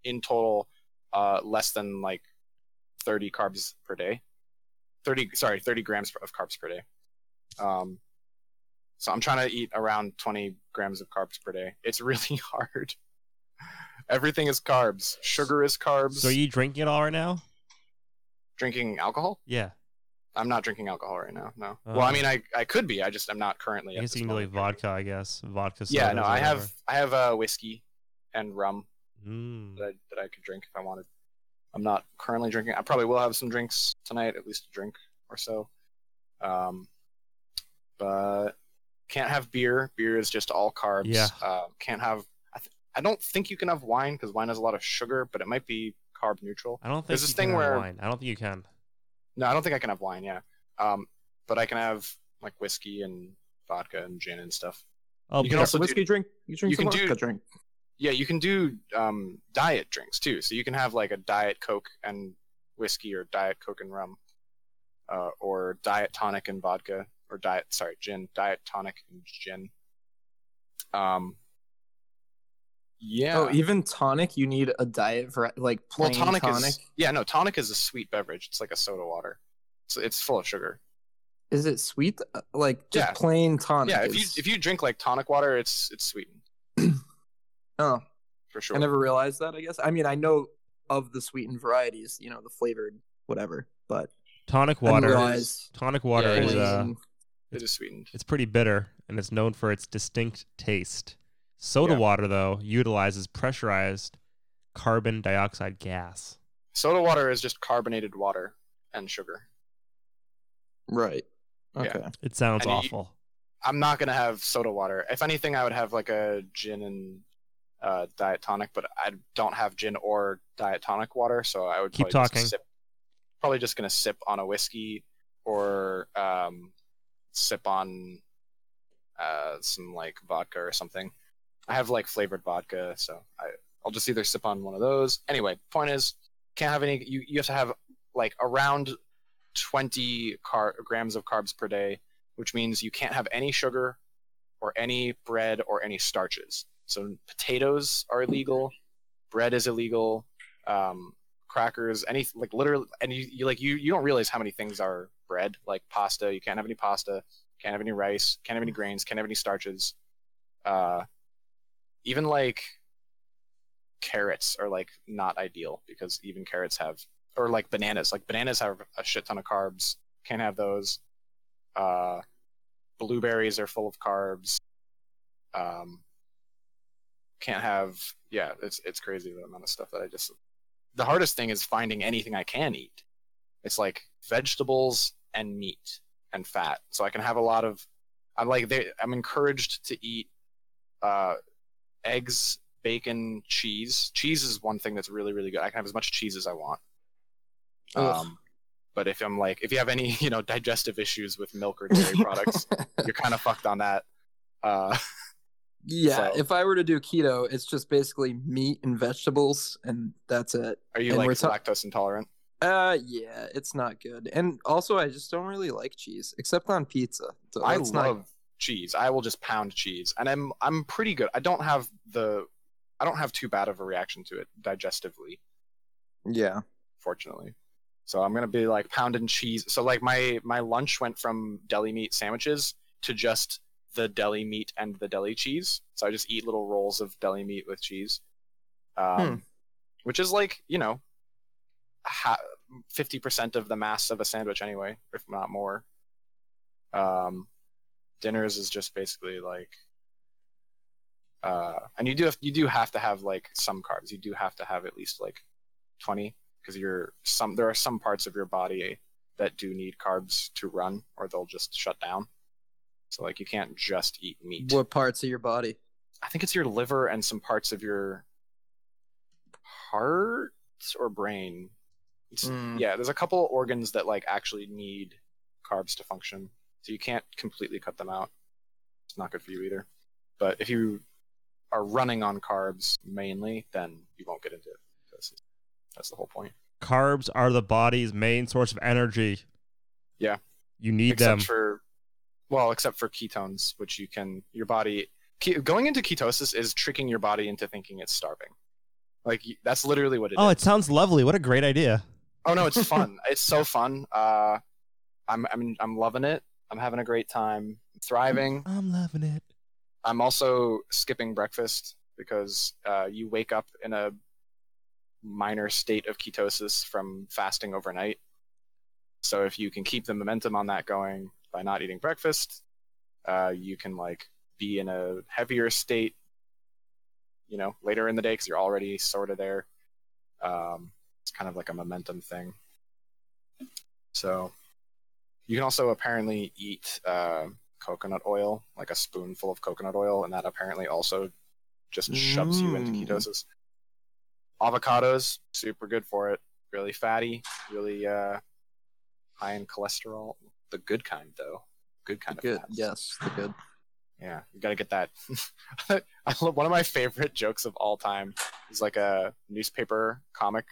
B: in total uh, less than like 30 carbs per day. 30 sorry, 30 grams of carbs per day. Um, so I'm trying to eat around 20 grams of carbs per day. It's [laughs] really hard. Everything is carbs. Sugar is carbs.
A: So are you drinking it all right now?
B: drinking alcohol?
A: Yeah.
B: I'm not drinking alcohol right now. No. well, I
A: Oh.
B: mean, I, I could be. I just I'm not currently.
A: I
B: at
A: guess
B: this
A: you can do like
B: moment.
A: vodka, I guess. Vodka.
B: yeah
A: sodas
B: no
A: or
B: i have
A: whatever.
B: i have uh, whiskey and rum
A: Mm.
B: that I, that I could drink if i wanted i'm not currently drinking i probably will have some drinks tonight at least a drink or so um but can't have beer beer is just all carbs
A: Yeah.
B: uh, can't have I, th- I don't think you can have wine because wine has a lot of sugar but it might be carb neutral
A: I don't think
B: There's this
A: you can
B: thing
A: have
B: where-
A: wine. I don't think you can.
B: no i don't think i can have wine yeah um but i can have like whiskey and vodka and gin and stuff
A: Oh,
B: You
A: but-
B: can also do-
C: whiskey drink. You drink
B: you
C: some
B: can do-
C: vodka drink.
B: yeah you can do um, diet drinks too so you can have like a diet coke and whiskey or diet coke and rum uh, or diet tonic and vodka or diet sorry gin diet tonic and gin um yeah
C: Oh, even tonic. You need a diet for like
B: well
C: plain
B: tonic,
C: tonic.
B: is yeah no tonic is a sweet beverage it's like a soda water so it's full of sugar
C: Is it sweet? Uh, Like just
B: Yeah.
C: plain tonic.
B: yeah if you
C: is-
B: if you drink like tonic water it's it's sweetened [laughs]
C: oh,
B: for sure
C: I never realized that. I guess. I mean, I know of the sweetened varieties. You know, the flavored whatever. But
A: tonic
C: I didn't
A: water.
C: realize
A: Tonic water
B: Yeah, it
A: is uh,
C: plain-
B: it is sweetened
A: it's pretty bitter and it's known for its distinct taste. Soda
B: Yeah.
A: water though utilizes pressurized carbon dioxide gas.
B: Soda water is just carbonated water and sugar.
C: Right.
B: Yeah.
C: Okay.
A: It sounds
B: And you-
A: awful.
B: I'm not gonna have soda water. If anything, I would have like a gin and uh, diet tonic, but I don't have gin or diet tonic water, so I would
A: Keep
B: probably just
A: talking.
B: sip, probably just gonna sip on a whiskey or um, sip on uh, some like vodka or something. I have like flavored vodka, so I, I'll just either sip on one of those. Anyway, point is, can't have any. You you have to have like around 20 car- grams of carbs per day, which means you can't have any sugar or any bread or any starches. So potatoes are illegal, bread is illegal, um, crackers, any like literally, and you, you like you you don't realize how many things are bread, like pasta. You can't have any pasta, can't have any rice, can't have any grains, can't have any starches. Uh, even like carrots are like not ideal because even carrots have or like bananas. Like bananas have a shit ton of carbs. Can't have those. Uh, blueberries are full of carbs. Um, can't have. Yeah, it's it's crazy the amount of stuff that I just. The hardest thing is finding anything I can eat. It's like vegetables and meat and fat, so I can have a lot of. I'm like they, I'm encouraged to eat uh, eggs, bacon, cheese. Cheese is one thing that's really really good. I can have as much cheese as I want.
C: Ugh.
B: Um, but if I'm like, if you have any, [laughs] you know, digestive issues with milk or
C: [laughs]
B: dairy products, you're kind of fucked on that. Uh, [laughs] So-
C: yeah. If I were to do keto, it's just basically meat and vegetables, and that's it.
B: are you
C: And we're
B: like
C: ta-
B: lactose intolerant?
C: Uh, yeah, it's not good. And also, I just don't really like cheese, except on pizza. So
B: I
C: that's
B: love
C: not-
B: cheese. I will just pound cheese, and I'm I'm pretty good. I don't have the, I don't have too bad of a reaction to it digestively,
C: yeah.
B: fortunately. So I'm gonna be like pounding cheese. So like my my lunch went from deli meat sandwiches to just the deli meat and the deli cheese. So I just eat little rolls of deli meat with cheese, um,
C: Hmm.
B: which is like you know, fifty percent of the mass of a sandwich anyway, if not more. Um, dinners is just basically like, uh, and you do have you do have to have like some carbs. You do have to have at least like twenty because you're some there are some parts of your body that do need carbs to run or they'll just shut down. So like you can't just eat meat.
C: What parts of your body?
B: I think it's your liver and some parts of your heart or brain. It's-
C: Mm.
B: Yeah, there's a couple organs that like actually need carbs to function, so you can't completely cut them out. It's not good for you either. But if you are running on carbs mainly, then you won't get into this. That's the whole point.
A: Carbs are the body's main source of energy.
B: Yeah.
A: You need them.
B: except for well except for ketones which you can your body ke- going into ketosis is tricking your body into thinking it's starving like y- that's literally what it is.
A: oh, it sounds lovely. What a great idea.
B: oh
A: [laughs]
B: no it's fun it's so fun uh i'm i'm i'm loving it i'm having a great time I'm thriving
A: I'm loving it.
B: i'm also skipping breakfast because uh you wake up in a minor state of ketosis from fasting overnight so if you can keep the momentum on that going by not eating breakfast, uh, you can like be in a heavier state, you know, later in the day because you're already sort of there. Um, it's kind of like a momentum thing. So you can also apparently eat uh, coconut oil, like a spoonful of coconut oil, and that apparently also just shoves you into
C: Mm.
B: ketosis. Avocados, super good for it. Really fatty, really uh, high in cholesterol. The good kind, though. Good kind of
C: Good.
B: fats.
C: Yes. the Good.
B: Yeah, you gotta get that. [laughs] I love, one of my favorite jokes of all time is like a newspaper comic,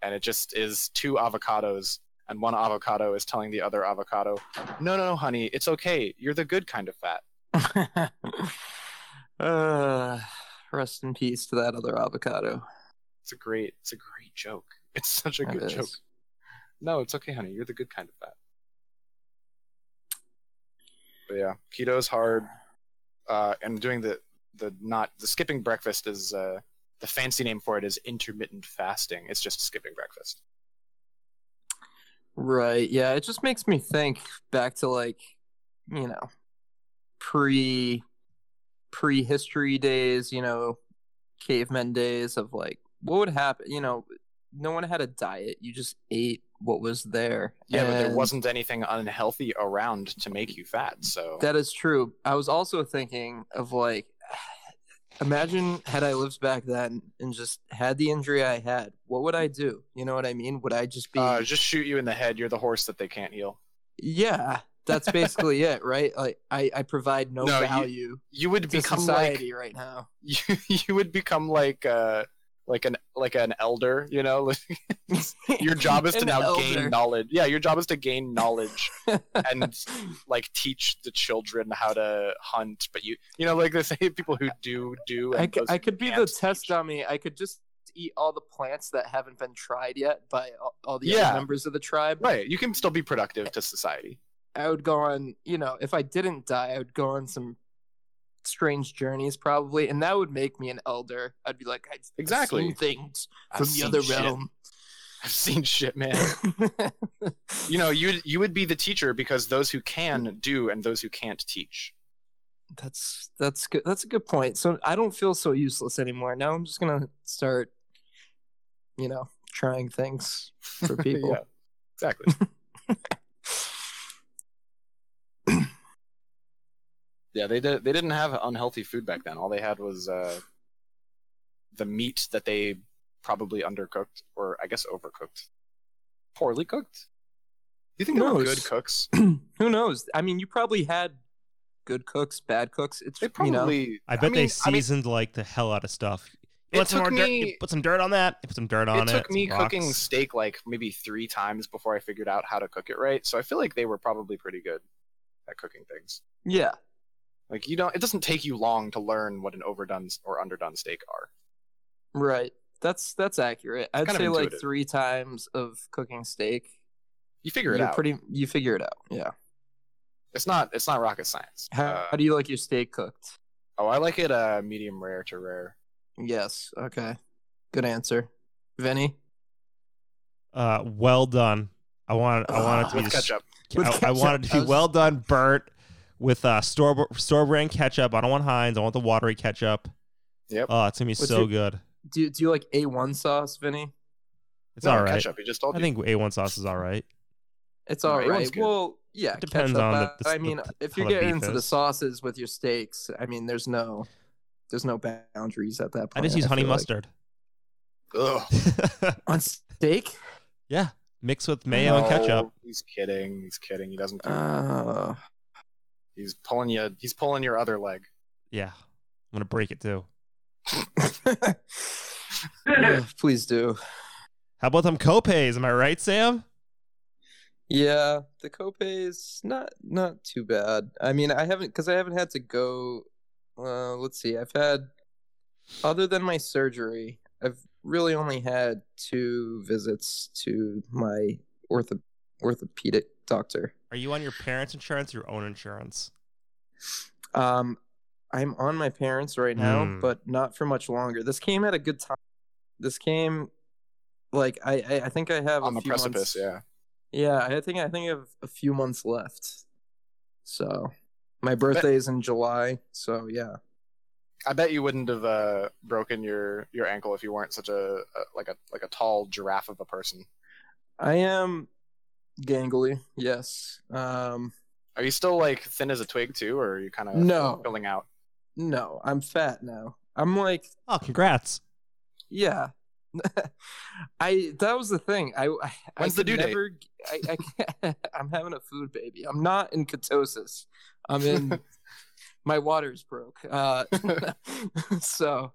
B: and it just is two avocados, and one avocado is telling the other avocado, "No, no, honey, it's okay. You're the good kind of fat."
C: uh, rest in peace to that other avocado.
B: It's a great, it's a great joke. It's such a
C: That
B: good
C: is.
B: joke. No, it's okay, honey. You're the good kind of fat. But yeah, keto's hard. Uh, and doing the the not the skipping breakfast is uh, the fancy name for it is intermittent fasting. It's just skipping breakfast.
C: Right. Yeah. It just makes me think back to like, you know, pre pre history days, you know, cavemen days of like what would happen, you know, no one had a diet. You just ate what was there.
B: Yeah, but there
C: And
B: wasn't anything unhealthy around to make you fat. So
C: That is true. I was also thinking of like, [sighs] imagine had I lived back then and just had the injury I had, what would I do? You know what I mean? Would I just be?
B: uh, just shoot you in the head. You're the horse that they can't heal.
C: yeah, that's basically it, right? Like I, I provide no,
B: No, you
C: value
B: You would
C: to
B: become
C: society right now. [laughs]
B: like [laughs] you, you would become like uh like an like an elder. You know, [laughs] your job is to
C: An
B: now
C: elder.
B: gain knowledge. Yeah, your job is to gain knowledge and like teach the children how to hunt. But you you know like they say people who do do. And
C: [laughs] I, c-
B: those
C: I
B: who
C: could be the
B: can't.
C: test dummy. I could just eat all the plants that haven't been tried yet by all, all the
B: Yeah.
C: other members of the tribe.
B: Right, you can still be productive to society.
C: I would go on, you know, if I didn't die, I would go on some strange journeys probably, and that would make me an elder. I'd be like, I've
B: Exactly.
C: seen things
B: I've
C: from the
B: seen
C: other
B: shit.
C: realm. [laughs]
B: I've seen shit, man. you know you you would be the teacher because those who can do and those who can't teach
C: that's that's good. That's a good point. So I don't feel so useless anymore. Now I'm just gonna start, you know, trying things for
B: [laughs]
C: people. [clears throat]
B: yeah
A: [laughs]
B: exactly yeah they did they didn't have unhealthy food back then all they had was uh the meat that they probably undercooked or i guess overcooked poorly cooked do you think
C: Who
B: they were
C: knows?
B: good cooks
C: Who knows? I mean, you probably had good cooks, bad cooks. It's
B: they
C: you know,
B: probably
A: I bet
B: mean-
A: they
B: I mean,
A: seasoned like the hell out of stuff.
B: It
A: Put some, more
B: took
A: dirt,
B: me-
A: you put some dirt on that. you Put some dirt on it.
B: it took me
A: some
B: cooking
A: rocks.
B: steak like maybe three times before I figured out how to cook it right. So I feel like they were probably pretty good at cooking things.
C: yeah.
B: Like you don't, it doesn't take you long to learn what an overdone s- or underdone steak are.
C: Right. That's that's accurate. I'd
B: kind of
C: say like
B: intuitive.
C: three times of cooking steak.
B: You figure it
C: you're
B: out.
C: pretty you figure it out. Yeah.
B: It's not, it's not rocket science.
C: How,
B: Uh,
C: how do you like your steak cooked?
B: oh, I like it uh, medium rare to rare.
C: Yes. Okay. Good answer. Vinny?
A: Uh, well done. I want. I
C: Oh,
A: want it to be
B: With
A: just-
B: ketchup.
C: With
A: I, I
C: ketchup.
A: want it to
C: I
A: be
C: was-
A: well done, burnt with uh, store store brand ketchup. I don't want Heinz. I want the watery ketchup.
B: Yep.
A: Oh, it's gonna be
C: What's
A: so
C: your-
A: good.
C: Do you do you like A one sauce, Vinny?
A: It's
B: no,
A: all right.
B: Ketchup. You just told
A: I
B: me.
A: think A1 sauce is all right.
C: It's
B: No,
C: all
B: A1's
C: right.
B: good.
C: Well, yeah,
A: It depends
C: ketchup,
A: on the-
C: but
A: the-
C: I
A: the-
C: mean, if you're
A: how the
C: getting
A: beef
C: into the
A: is.
C: sauces with your steaks, I mean, there's no there's no boundaries at that point.
A: I just use honey
C: feel like.
A: mustard. [laughs]
B: Ugh.
C: on steak.
A: yeah, mixed with mayo and ketchup.
B: No, He's kidding. He's kidding. He doesn't. do-
C: Uh, [laughs]
B: he's pulling you. He's pulling your other leg.
A: Yeah, I'm gonna break it too.
C: Ugh, please do.
A: How about them copays? Am I right, Sam?
C: Yeah, the copay is not not too bad. I mean, I haven't because I haven't had to go. Uh, let's see, I've had other than my surgery, I've really only had two visits to my ortho orthopedic doctor.
A: Are you on your parents' insurance or your own insurance?
C: Um, I'm on my parents right now,
A: Hmm.
C: but not for much longer. This came at a good time. This came like I I, I think I have
B: On
C: a
B: the
C: few
B: precipice.
C: months-
B: Yeah.
C: Yeah, I think I think I have a few months left. So my birthday is in July, so yeah.
B: I bet you wouldn't have uh, broken your, your ankle if you weren't such a, a like a like a tall giraffe of a person.
C: I am gangly, yes. Um
B: Are you still like thin as a twig too, or are you kind of
C: No.
B: filling out?
C: no, I'm fat now. I'm like,
A: Oh, congrats.
C: yeah. [laughs] I that was the thing. I I,
B: When's
C: I
B: the
C: could
B: due date?
C: never, I, I [laughs] I'm having a food baby. I'm not in ketosis.
B: [laughs]
C: I'm in my water's broke. Uh, [laughs] so,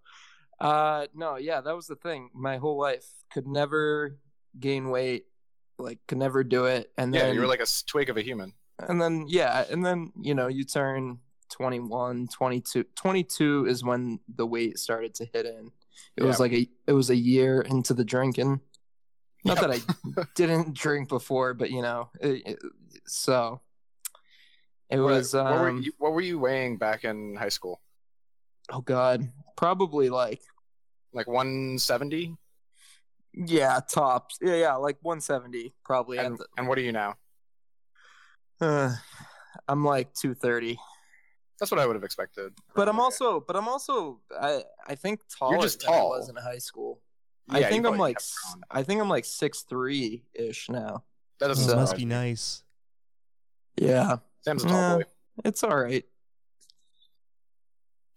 C: uh, no, yeah, that was the thing. My whole life could never gain weight, like could never do it. And
B: Yeah,
C: then,
B: you were like a s- twig of a human.
C: and then, yeah, and then you know, you turn 21, 22. 22 is when the weight started to hit in. It was
B: Yeah.
C: like a, it was a year into the drinking. Not
B: Yep.
C: that
B: [laughs]
C: I didn't drink before, but you know, it, it, so it
B: What-
C: was.
B: What,
C: um,
B: were you, what were you weighing back in high school?
C: oh god probably like
B: Like 170.
C: yeah tops yeah yeah like 170 probably at
B: And,
C: the-
B: and what are you now?
C: uh, i'm like 230
B: That's what I would have expected.
C: but i'm also but i'm also i i think taller
B: just
C: than I
B: tall.
C: was in high school I
B: Yeah,
C: think
B: you
C: I'm
B: probably
C: like
B: kept
C: s-
B: growing.
C: I think I'm like six three ish now.
A: Oh,
B: that doesn't
C: So-
A: must
B: surprise
A: be
B: me.
A: nice.
C: Yeah,
B: Sam's a tall
C: Yeah.
B: boy.
C: it's all right.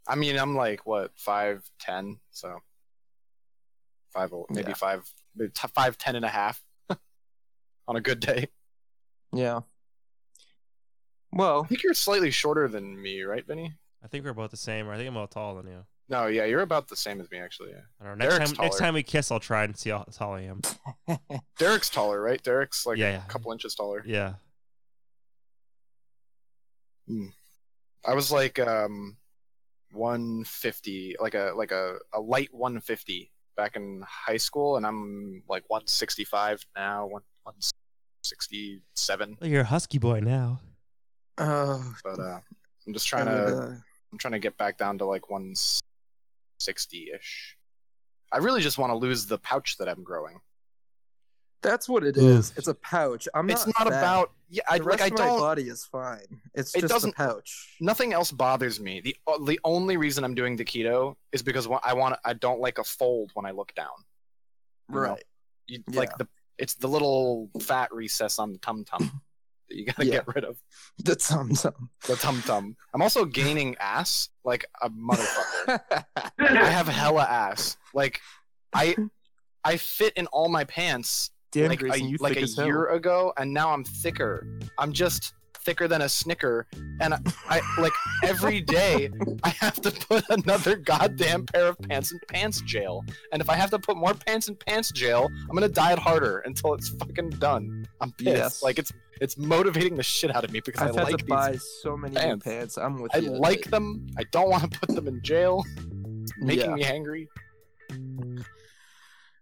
B: I mean, I'm like what five ten, so five maybe
C: Yeah.
B: five maybe t- five ten and a half [laughs] on a good day.
C: Yeah.
B: I [laughs]
C: Well,
B: think you're slightly shorter than me, right, Vinny?
A: I think we're about the same. Or I think I'm a little taller than you.
B: No, yeah, you're about the same as me actually. Yeah.
A: I don't know. Next
B: Derek's
A: time, next
B: taller.
A: time we kiss, I'll try and see how tall I am.
B: Derek's taller, right? Derek's like
A: Yeah, yeah.
B: a couple inches taller.
A: Yeah.
B: I was like um 150, like a like a, a light 150 back in high school, and I'm like 165 now, one 167.
A: Well, Oh, you're a husky boy now.
C: [sighs] oh,
B: But uh, I'm just trying to. I'm trying to get back down to like 160 ish. I really just want to lose the pouch that I'm growing.
C: that's what it
A: Oof.
C: is. It's a pouch. I'm not.
B: it's not
C: fat.
B: about yeah. I,
C: the
B: like
C: rest
B: I
C: of my
B: don't.
C: body is fine. It's
B: It
C: just the
B: doesn't-
C: pouch.
B: Nothing else bothers me. the The only reason I'm doing the keto is because wha- I want. I don't like a fold when I look down. you know?
C: Right. [laughs]
B: You,
C: Yeah.
B: Like the it's the little fat recess on the tum tum that you gotta
C: Yeah.
B: get rid of.
C: The tum tum.
B: The tum tum. I'm also gaining ass like a
C: [laughs]
B: motherfucker. [laughs] I have hella ass. Like I I fit in all my pants
C: Damn,
B: like
C: Grayson,
B: a,
C: you
B: like
C: thick
B: a
C: as hell.
B: year ago, and now I'm thicker. I'm just thicker than a snicker, and I, I like every
C: [laughs]
B: day I have to put another goddamn pair of pants in pants jail. And if I have to put more pants in pants jail, I'm gonna diet harder until it's fucking done. I'm pissed.
C: Yes.
B: Like it's it's motivating the shit out of me because i
C: I've had
B: like
C: to
B: these.
C: buy so many new
B: pants.
C: pants. I'm with
B: I
C: you.
B: like them. I don't want to put them in jail. It's making
C: Yeah.
B: me angry.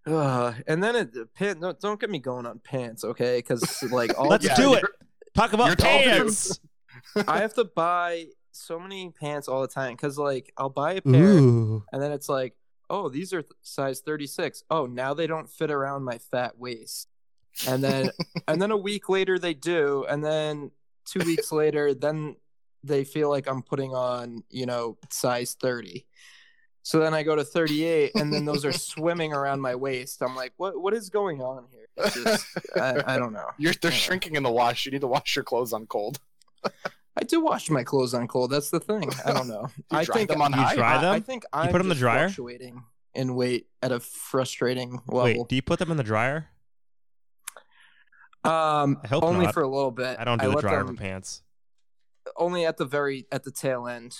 C: Ugh, and then it pant. No, don't get me going on pants, okay? Because
B: [laughs]
C: like all
A: Let's
B: yeah,
A: do it.
B: you're-
A: Talk about
B: you're taller.
A: pants.
C: I have to buy so many pants all the time. Because like I'll buy a pair,
A: Ooh.
C: and then it's like, oh, these are th- size 36. Oh, now they don't fit around my fat waist. And
B: [laughs]
C: then and then a week later they do, and then 2
B: [laughs]
C: weeks later then they feel like I'm putting on, you know, size 30. So then I go to 38 and then those are swimming around my waist. I'm like, what what is going on here? It's just, I, I don't know.
B: You're, they're
C: Yeah.
B: shrinking in the wash. You need to wash your clothes on cold.
C: I do wash my clothes on cold. That's the thing. I don't know.
B: [laughs] You
C: I
B: dry
C: think
B: them on
A: You
B: high.
A: dry
C: I- I
A: them?
C: think I'm
A: put 'em in the
C: just
A: dryer?
C: fluctuating in weight at a frustrating
A: Wait,
C: level.
A: do you put them in the dryer?
C: um,
A: I hope
C: only
A: not.
C: for a little bit.
A: I don't do the
C: let
A: dryer for
C: them-
A: pants.
C: Only at the very at the tail end.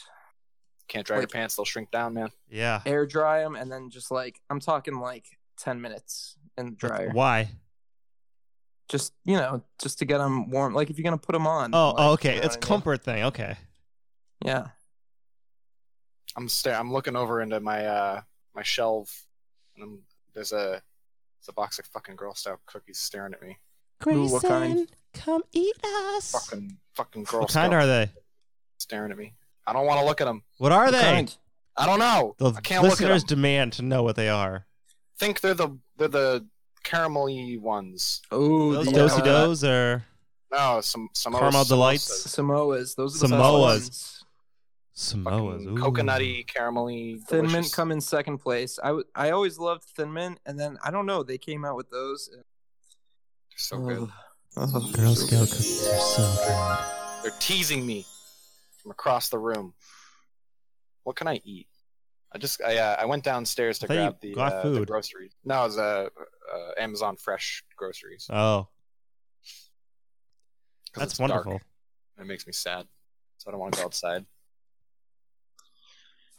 B: Can't dry your
C: Like-
B: pants; they'll shrink down, man.
A: Yeah.
C: Air dry them, and then just like I'm talking like ten minutes in the dryer.
A: Why?
C: Just you know, just to get them warm. Like if you're gonna put them on.
A: Oh,
C: like,
A: oh,
C: you
A: okay.
C: know
A: It's
C: what I mean?
A: comfort thing. Okay.
C: Yeah.
B: I'm sta- I'm looking over into my uh my shelf, and I'm, there's a there's a box of fucking Girl Scout cookies staring at me.
C: Ooh, what kind?
A: Grayson, come eat us.
B: Fucking fucking Girl
A: what kind
B: Scout
A: are they?
B: staring at me. I don't want to look at them.
A: What are
C: What
A: they?
C: kind?
B: I don't know.
A: The
B: I can't look at them.
A: listeners demand to know what they are.
B: Think they're the they're the caramelly ones.
C: Ooh,
A: Those
C: the,
A: dosey
C: uh,
A: dos or
B: No, some some
A: Caramel Delights?
C: Samoas. Those are the best
A: Samoas.
C: ones.
A: Samoa's. Ooh.
B: coconutty caramelly.
C: Thin
B: delicious.
C: Mint come in second place. I, w- I always loved Thin Mint, and then I don't know they came out with those. and-
B: so good.
C: Ugh.
A: Girl Scout cookies are so good.
B: They're teasing me from across the room. What can I eat? I just I uh, I went downstairs to
A: I thought you
B: grab the,
A: got
B: uh, the
A: food.
B: groceries. No, it was uh, uh, Amazon Fresh groceries. 'cause
A: Oh,
B: it's
A: that's
B: dark
A: wonderful.
B: and It makes me sad, so I don't want to go outside.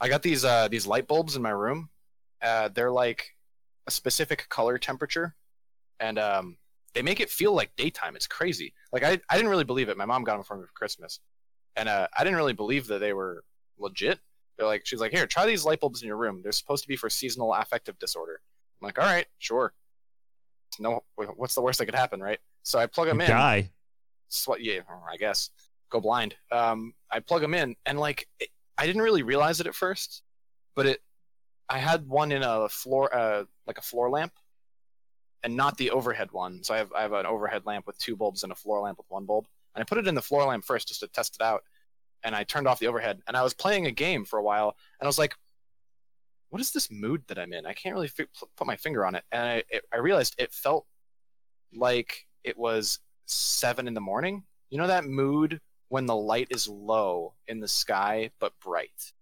B: I got these uh these light bulbs in my room. Uh, they're like a specific color temperature, and um they make it feel like daytime. It's crazy. Like I I didn't really believe it. My mom got them for me for Christmas, and uh, I didn't really believe that they were legit. They're like she's like here try these light bulbs in your room. They're supposed to be for seasonal affective disorder. I'm like all right sure. No, what's the worst that could happen, right? So I plug them
A: You
B: in
A: die.
B: sweat yeah i guess go blind um i plug them in and like it, i didn't really realize it at first but it i had one in a floor uh like a floor lamp and not the overhead one so i have i have an overhead lamp with two bulbs and a floor lamp with one bulb and i put it in the floor lamp first just to test it out and i turned off the overhead and i was playing a game for a while and i was like what is this mood that I'm in? I can't really fi- pl- put my finger on it. And I, it, I realized it felt like it was seven in the morning. You know that mood when the light is low in the sky but bright,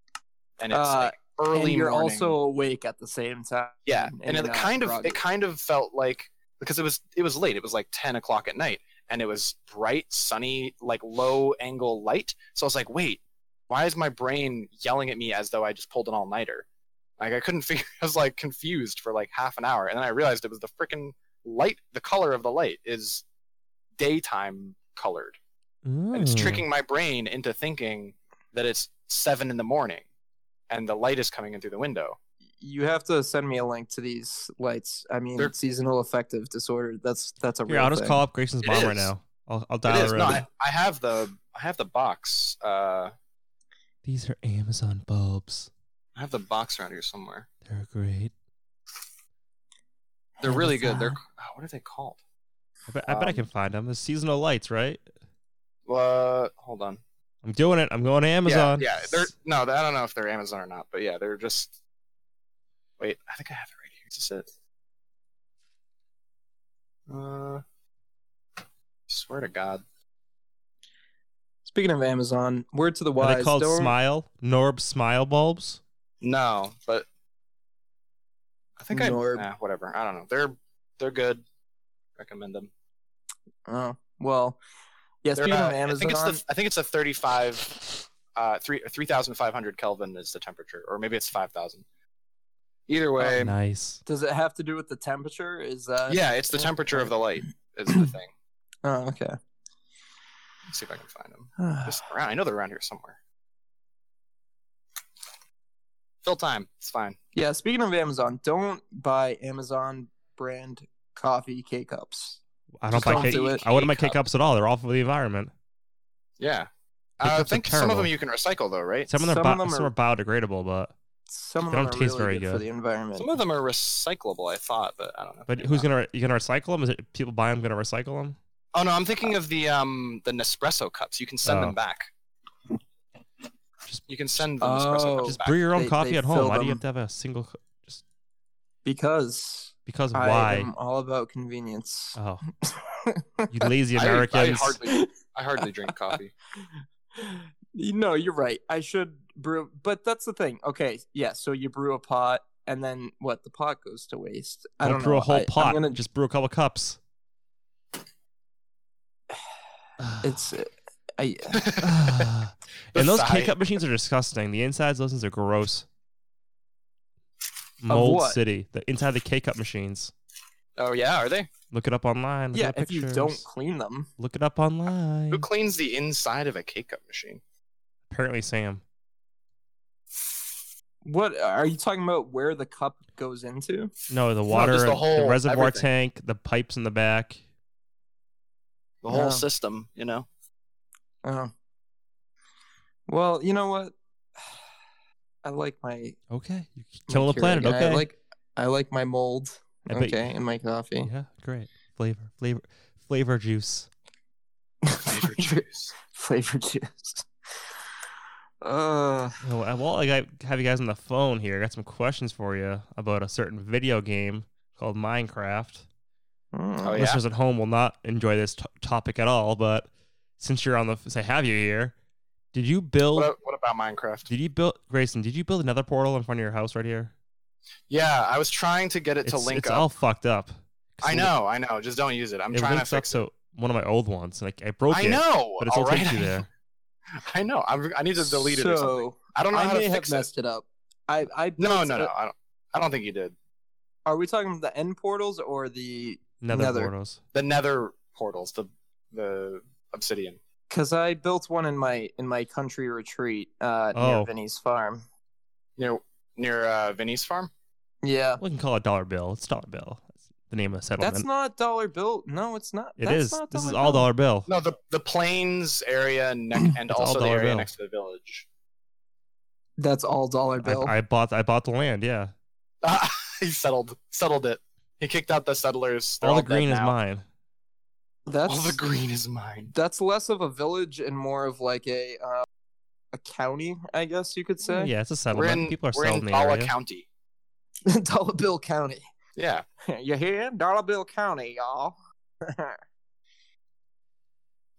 B: and it's
D: Uh,
B: like early.
D: and you're
B: morning.
D: also awake at the same time.
B: yeah, and,
D: you're
B: it
D: not
B: kind of
D: groggy.
B: it kind of felt like because it was it was late. It was like ten o'clock at night, and it was bright, sunny, like low angle light. So I was like, wait, why is my brain yelling at me as though I just pulled an all nighter? Like I couldn't [laughs] figure. I was like confused for like half an hour, and then I realized it was the freaking light. The color of the light is daytime colored and
D: Hmm.
B: it's tricking my brain into thinking that it's seven in the morning and the light is coming in through the window
C: You have to send me a link to these lights. I mean,
B: They're-
C: seasonal affective disorder. That's that's a
A: Here,
C: real
A: I'll just
C: thing.
A: call up Grayson's
B: It
A: mom right
B: is.
A: now. I'll, I'll dial
B: it is
A: her
B: no
A: in.
B: I, I have the i have the box uh
A: These are Amazon bulbs.
B: i have the box around here somewhere
A: They're great.
B: they're really good they're oh, what are they called
A: I bet, I, bet I
B: Um,
A: can find them. The seasonal lights, right?
B: uh hold on
A: I'm doing it. I'm going to Amazon.
B: yeah, yeah they're no i don't know if they're amazon or not but yeah they're just wait i think i have it right here is this it uh swear to god
C: [sighs] Speaking of Amazon, word to the
A: Are
C: wise.
A: they called
C: don't-
A: Smile? Norb Smile bulbs?
B: No, but I think
C: Nor-
B: I eh, whatever. I don't know. They're they're good. Recommend them.
C: Oh well, yeah.
B: They're
C: Speaking
B: about-
C: of Amazon,
B: I think it's the I think it's a 35 uh 3 3500 Kelvin is the temperature or maybe it's 5000.
C: Oh,
B: Either way,
A: Nice.
D: Does it have to do with the temperature? Is that
B: yeah, it's the temperature of the light is
C: [clears throat]
B: the thing.
C: oh
B: [sighs]
C: okay.
B: Let's see if I can find them. Just around. I know they're around here somewhere. Fill time. It's fine.
C: yeah. Speaking of Amazon, don't buy Amazon brand coffee K cups.
A: I don't
C: Just
A: buy
C: don't
A: cake.
C: do it.
A: I wouldn't buy K cups at all. They're all for the environment.
B: Yeah.
A: Hiccups
B: Uh, I
A: are
B: think some of
A: terrible.
B: them you can recycle though, right?
A: Some of them,
C: Some
A: are,
C: of
A: bi-
C: them
A: some
C: are-
A: are biodegradable, but
C: Some of
A: They
C: them
A: don't
C: are
A: taste
C: really
A: very
C: good, for
A: good.
C: the environment.
B: Some of them are recyclable, I thought, but I don't know.
A: but
B: Maybe
A: who's
B: not.
A: gonna you gonna recycle them? Is it people buy them gonna recycle them?
B: Oh no, I'm thinking of the um the Nespresso cups. You can send
A: Oh.
B: them back.
A: Just-
B: You can send the
C: Oh.
B: Nespresso cups
A: Just
B: back.
A: brew your own
C: They-
A: coffee
C: they
A: at home.
C: fill
A: Why do you
C: them-
A: have to have a single? co- Just
C: because
A: because
C: I
A: why?
C: am all about convenience. [laughs]
A: Oh, you lazy
B: I- I
A: Americans!
B: hardly- I
A: [laughs]
B: hardly drink coffee.
A: Uh,
D: [gasps] You no, you're right. I should brew, but that's the thing. Okay, yeah. So you brew a pot, and then what? The pot goes to waste. I
A: don't
D: don't
A: brew
D: know.
A: a whole
D: I, I'm
A: pot.
D: gonna-
A: Just brew a couple cups.
C: It's
D: uh,
C: I
A: [sighs] and those K
B: science.
A: cup machines are disgusting. The insides of those things are gross. Mold
C: what?
A: city. The inside of the K cup machines.
B: Oh yeah, are they?
A: Look it up online. Look
D: yeah,
A: at
D: if you
A: pictures.
D: don't clean them,
A: look it up online.
B: Who cleans the inside of a K cup machine?
A: Apparently, Sam.
D: what are you talking about? Where the cup goes into?
A: No, the
B: No,
A: water,
B: just the
A: and
B: whole-
A: reservoir
B: everything.
A: tank, the pipes in the back.
B: The whole
C: No.
B: system,
A: [laughs]
B: you know.
C: oh. Well, you
D: [sighs]
C: know what? I like my
A: Okay, you
C: my
A: killing the
C: Keurig,
A: planet.
C: and
A: Okay,
C: I like I like my mold.
A: I bet-
C: okay, in my coffee.
A: yeah, great flavor, flavor, flavor juice.
D: [laughs]
B: Flavor juice.
C: Flavor juice. Uh,
A: Oh, [laughs] uh, Well, I got, have you guys on the phone here. I got some questions for you about a certain video game called Minecraft.
B: Oh, yeah?
A: Listeners at home will not enjoy this t- topic at all, but since you're on the, since I have you here, did you build?
B: What, what about Minecraft?
A: Did you build Grayson? Did you build another portal in front of your house right here?
B: Yeah, I was trying to get it to
A: it's
B: link
A: it's
B: up.
A: all fucked up. 'Cause
B: I
A: it-
B: know, I know. Just don't use it. I'm
A: it
B: trying to
A: links up
B: fix it.
A: to one of my old ones, and I, I broke
B: I
A: it.
B: know.
A: but it still
B: all right.
A: takes you there.
B: [laughs] I know. I'm, I need to delete it or something.
D: So
B: I don't know
D: I
B: how
D: may
B: to
D: have
B: fix it.
D: messed it up. I, I
B: No,
D: built
B: no,
D: a-
B: no. I don't. I don't think you did.
D: Are we talking the end portals or the?
A: Nether,
C: Nether.
A: portals.
B: The Nether portals, the the obsidian.
C: Cause I built one in my in my country retreat uh,
A: Oh.
C: near Vinny's farm.
B: near near uh, Vinny's farm.
C: Yeah,
A: We can call it dollar bill. It's dollar bill. That's the name of the settlement.
C: that's not dollar bill. No, it's not.
A: It
C: that's
A: is.
C: not
A: This is all dollar bill.
B: No, the the plains area neck
A: [clears throat]
B: and
A: It's all
B: also the
A: Dollar
B: area
A: Bill.
B: next to the village. [laughs]
C: That's all dollar bill.
A: I, I bought. I bought the land. Yeah.
B: he settled settled it. He kicked out the settlers. They're
A: all the
B: dead
A: green is
B: now.
A: mine.
C: that's
B: All the green is mine.
C: that's less of a village and more of like a uh, a county, I guess you could say.
A: Yeah, it's a
B: We're
A: settlement.
B: in
A: People are
B: we're in
A: selling the
B: Dala
A: area.
B: County.
C: [laughs] Dollar Bill County.
B: Yeah.
C: you hear? Dollar Bill County, y'all.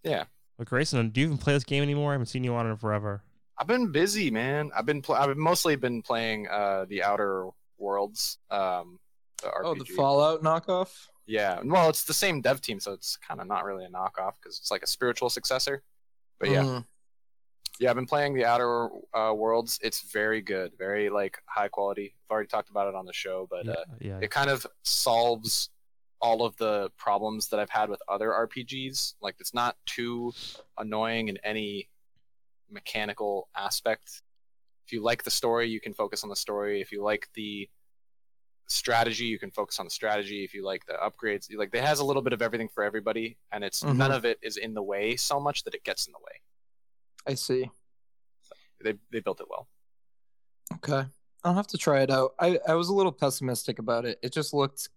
A: But Grayson, do you even play this game anymore? I haven't seen you on it in forever.
B: I've been busy, man. I've been pl- I've mostly been playing uh the Outer Worlds um the RPG.
C: oh, the Fallout knockoff.
B: Yeah. Well, it's the same dev team, so it's kind of not really a knockoff because it's like a spiritual successor. But yeah,
C: Mm.
B: yeah, I've been playing the Outer uh, Worlds. It's very good, very like high quality. I've already talked about it on the show, but uh,
A: yeah, yeah.
B: it kind of solves all of the problems that I've had with other RPGs. Like it's not too annoying in any mechanical aspect. If you like the story, you can focus on the story. If you like the strategy, you can focus on the strategy. If you like the upgrades, you- like it has a little bit of everything for everybody, and it's
C: Mhm.
B: none of it is in the way so much that it gets in the way.
C: I see.
B: They they built it well.
C: Okay. I'll have to try it out. I, I was a little pessimistic about it. It just looked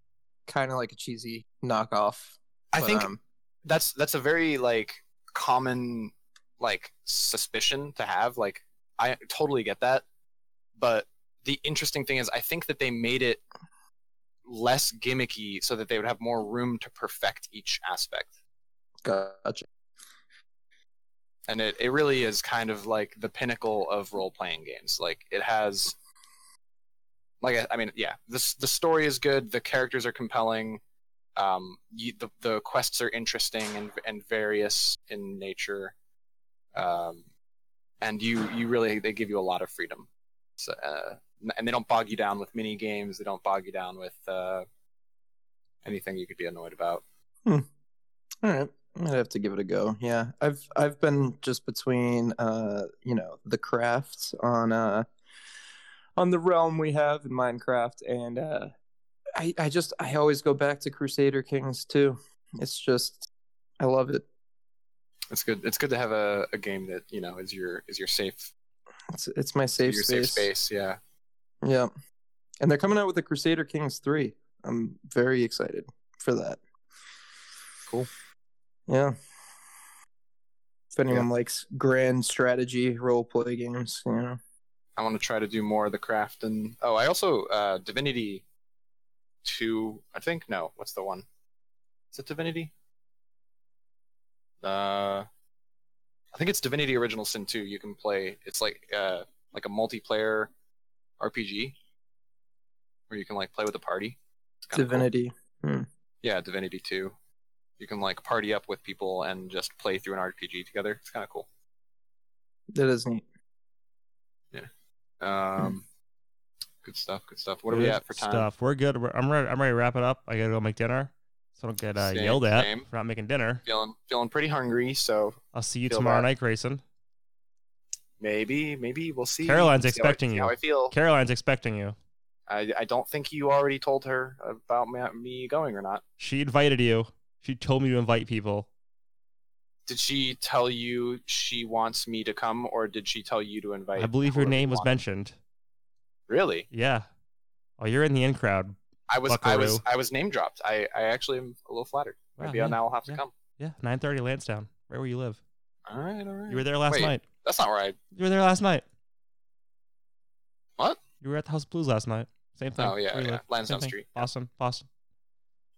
C: kind of like a cheesy knockoff.
B: I
C: but,
B: think
C: um,
B: that's that's a very like common like suspicion to have like i totally get that but the interesting thing is i think that they made it less gimmicky so that they would have more room to perfect each aspect
C: gotcha.
B: and it, it really is kind of like the pinnacle of role-playing games like it has like i, I mean yeah this the story is good the characters are compelling um you, the, the quests are interesting and, and various in nature um and you you really they give you a lot of freedom so, uh, and they don't bog you down with mini games they don't bog you down with uh anything you could be annoyed about
C: All right. I'm gonna have to give it a go. Yeah, I've I've been just between uh you know the crafts on uh on the realm we have in Minecraft and uh I I just I always go back to Crusader Kings too. It's just I love it.
B: it's good it's good to have a, a game that you know is your is your safe
C: It's it's my safe
B: your
C: space.
B: safe space yeah
C: Yeah, and they're coming out with the Crusader Kings three. I'm very excited for that.
B: Cool.
C: Yeah. If anyone likes grand strategy role play games, you know.
B: I want to try to do more of the craft and oh, I also uh, Divinity two. I think no, what's the one? Is it Divinity? Uh, I think it's Divinity Original Sin two. You can play. It's like uh, like a multiplayer RPG where you can like play with a party. It's kinda cool.
C: Divinity.
B: Yeah, Divinity two. You can like party up with people and just play through an RPG together. It's kind of cool.
C: That is neat.
B: Um, good stuff. Good stuff. What are we
A: Hmm. Good
B: at for time?
A: Stuff. We're good. We're, I'm ready. I'm ready to wrap it up. I gotta go make dinner, so I don't get uh,
B: Same,
A: yelled at
B: same.
A: for not making dinner.
B: feeling feeling pretty hungry, so
A: I'll see you
B: Feel
A: tomorrow
B: that.
A: night, Grayson.
B: maybe maybe we'll see.
A: Caroline's
B: See how I-
A: expecting
B: see
A: you.
B: How I feel.
A: Caroline's expecting you.
B: I, I don't think you already told her about ma- me going or not.
A: She invited you. She told me to invite people.
B: Did she tell you she wants me to come, or did she tell you to invite?
A: I believe your
B: whoever
A: name
B: you
A: was
B: want?
A: mentioned.
B: Really?
A: Yeah. Oh, you're in the in crowd.
B: I was I was
A: Buckaroo.
B: I was name dropped. I I actually am a little flattered.
A: Wow,
B: Maybe
A: yeah,
B: now I'll have to
A: yeah.
B: come.
A: Yeah, 9:30 Lansdowne, right where you live.
B: All right, all right.
A: You were there last
B: Wait.
A: night.
B: That's not right.
A: You were there last night.
B: What?
A: You were at the House of Blues last night. Same thing.
B: Oh, yeah,
A: Where you
B: yeah.
A: live. Same
B: Lansdowne
A: thing.
B: Street.
A: Boston, Boston.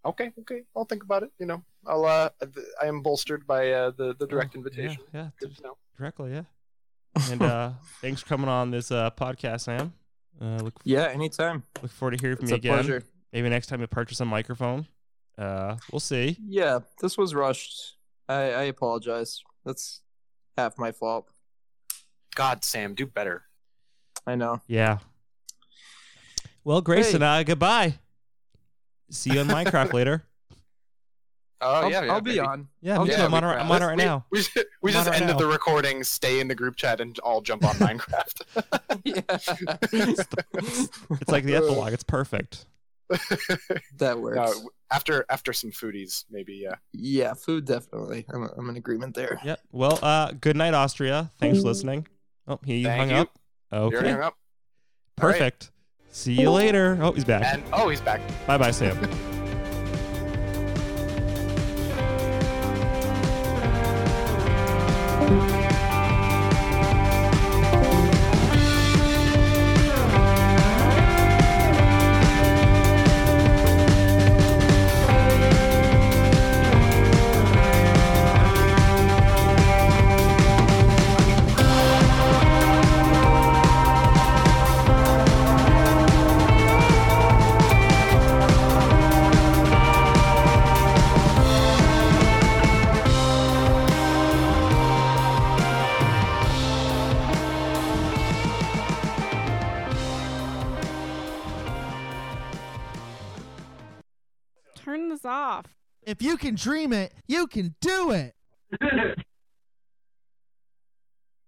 B: Okay, okay. I'll think about it. You know, I'll uh, th- I am bolstered by uh, the the direct
A: Oh, Yeah,
B: invitation.
A: Yeah,
B: Good to know.
A: directly.
B: [laughs]
A: Yeah. And uh, thanks for coming on this uh, podcast, Sam. Uh, look,
C: Yeah, anytime.
A: look forward to hearing from
C: It's
A: you
C: a
A: again.
C: pleasure.
A: Maybe next time you purchase a microphone. Uh, we'll see.
C: Yeah, this was rushed. I, I apologize. That's half my fault.
B: God, Sam, do better.
C: I know.
A: Yeah. Well, Grayson, uh, goodbye. See you on [laughs] Minecraft later.
B: Oh
C: I'll,
B: yeah, yeah,
C: I'll be
B: baby. [laughs]
C: on. [laughs]
A: Yeah,
B: Oh,
C: I'll
A: me
C: get
A: too. I'm
C: on
A: on, our-
C: Minecraft.
A: I'm on it right
B: we,
A: now.
B: We, ju- we
A: I'm
B: just
A: on it
B: ended
A: now.
B: the recording, stay in the group chat, and all jump
A: [laughs]
B: on Minecraft.
C: yeah.
A: It's like
B: [laughs]
A: the epilogue. It's perfect.
C: that works.
B: No, w- after after some foodies, maybe. uh, Yeah.
C: Yeah, food definitely. I'm, I'm in agreement there.
A: Yep. Well, uh, good night, Austria. Thanks for listening. Oh, he
B: Thank
A: hung
B: you.
A: up.
B: You already
A: Okay.
B: hung up. All right.
A: Perfect. See you later. Oh, he's back.
B: And oh, he's back.
A: Bye bye, Sam.
E: us off.
F: If you can dream it, you can do it.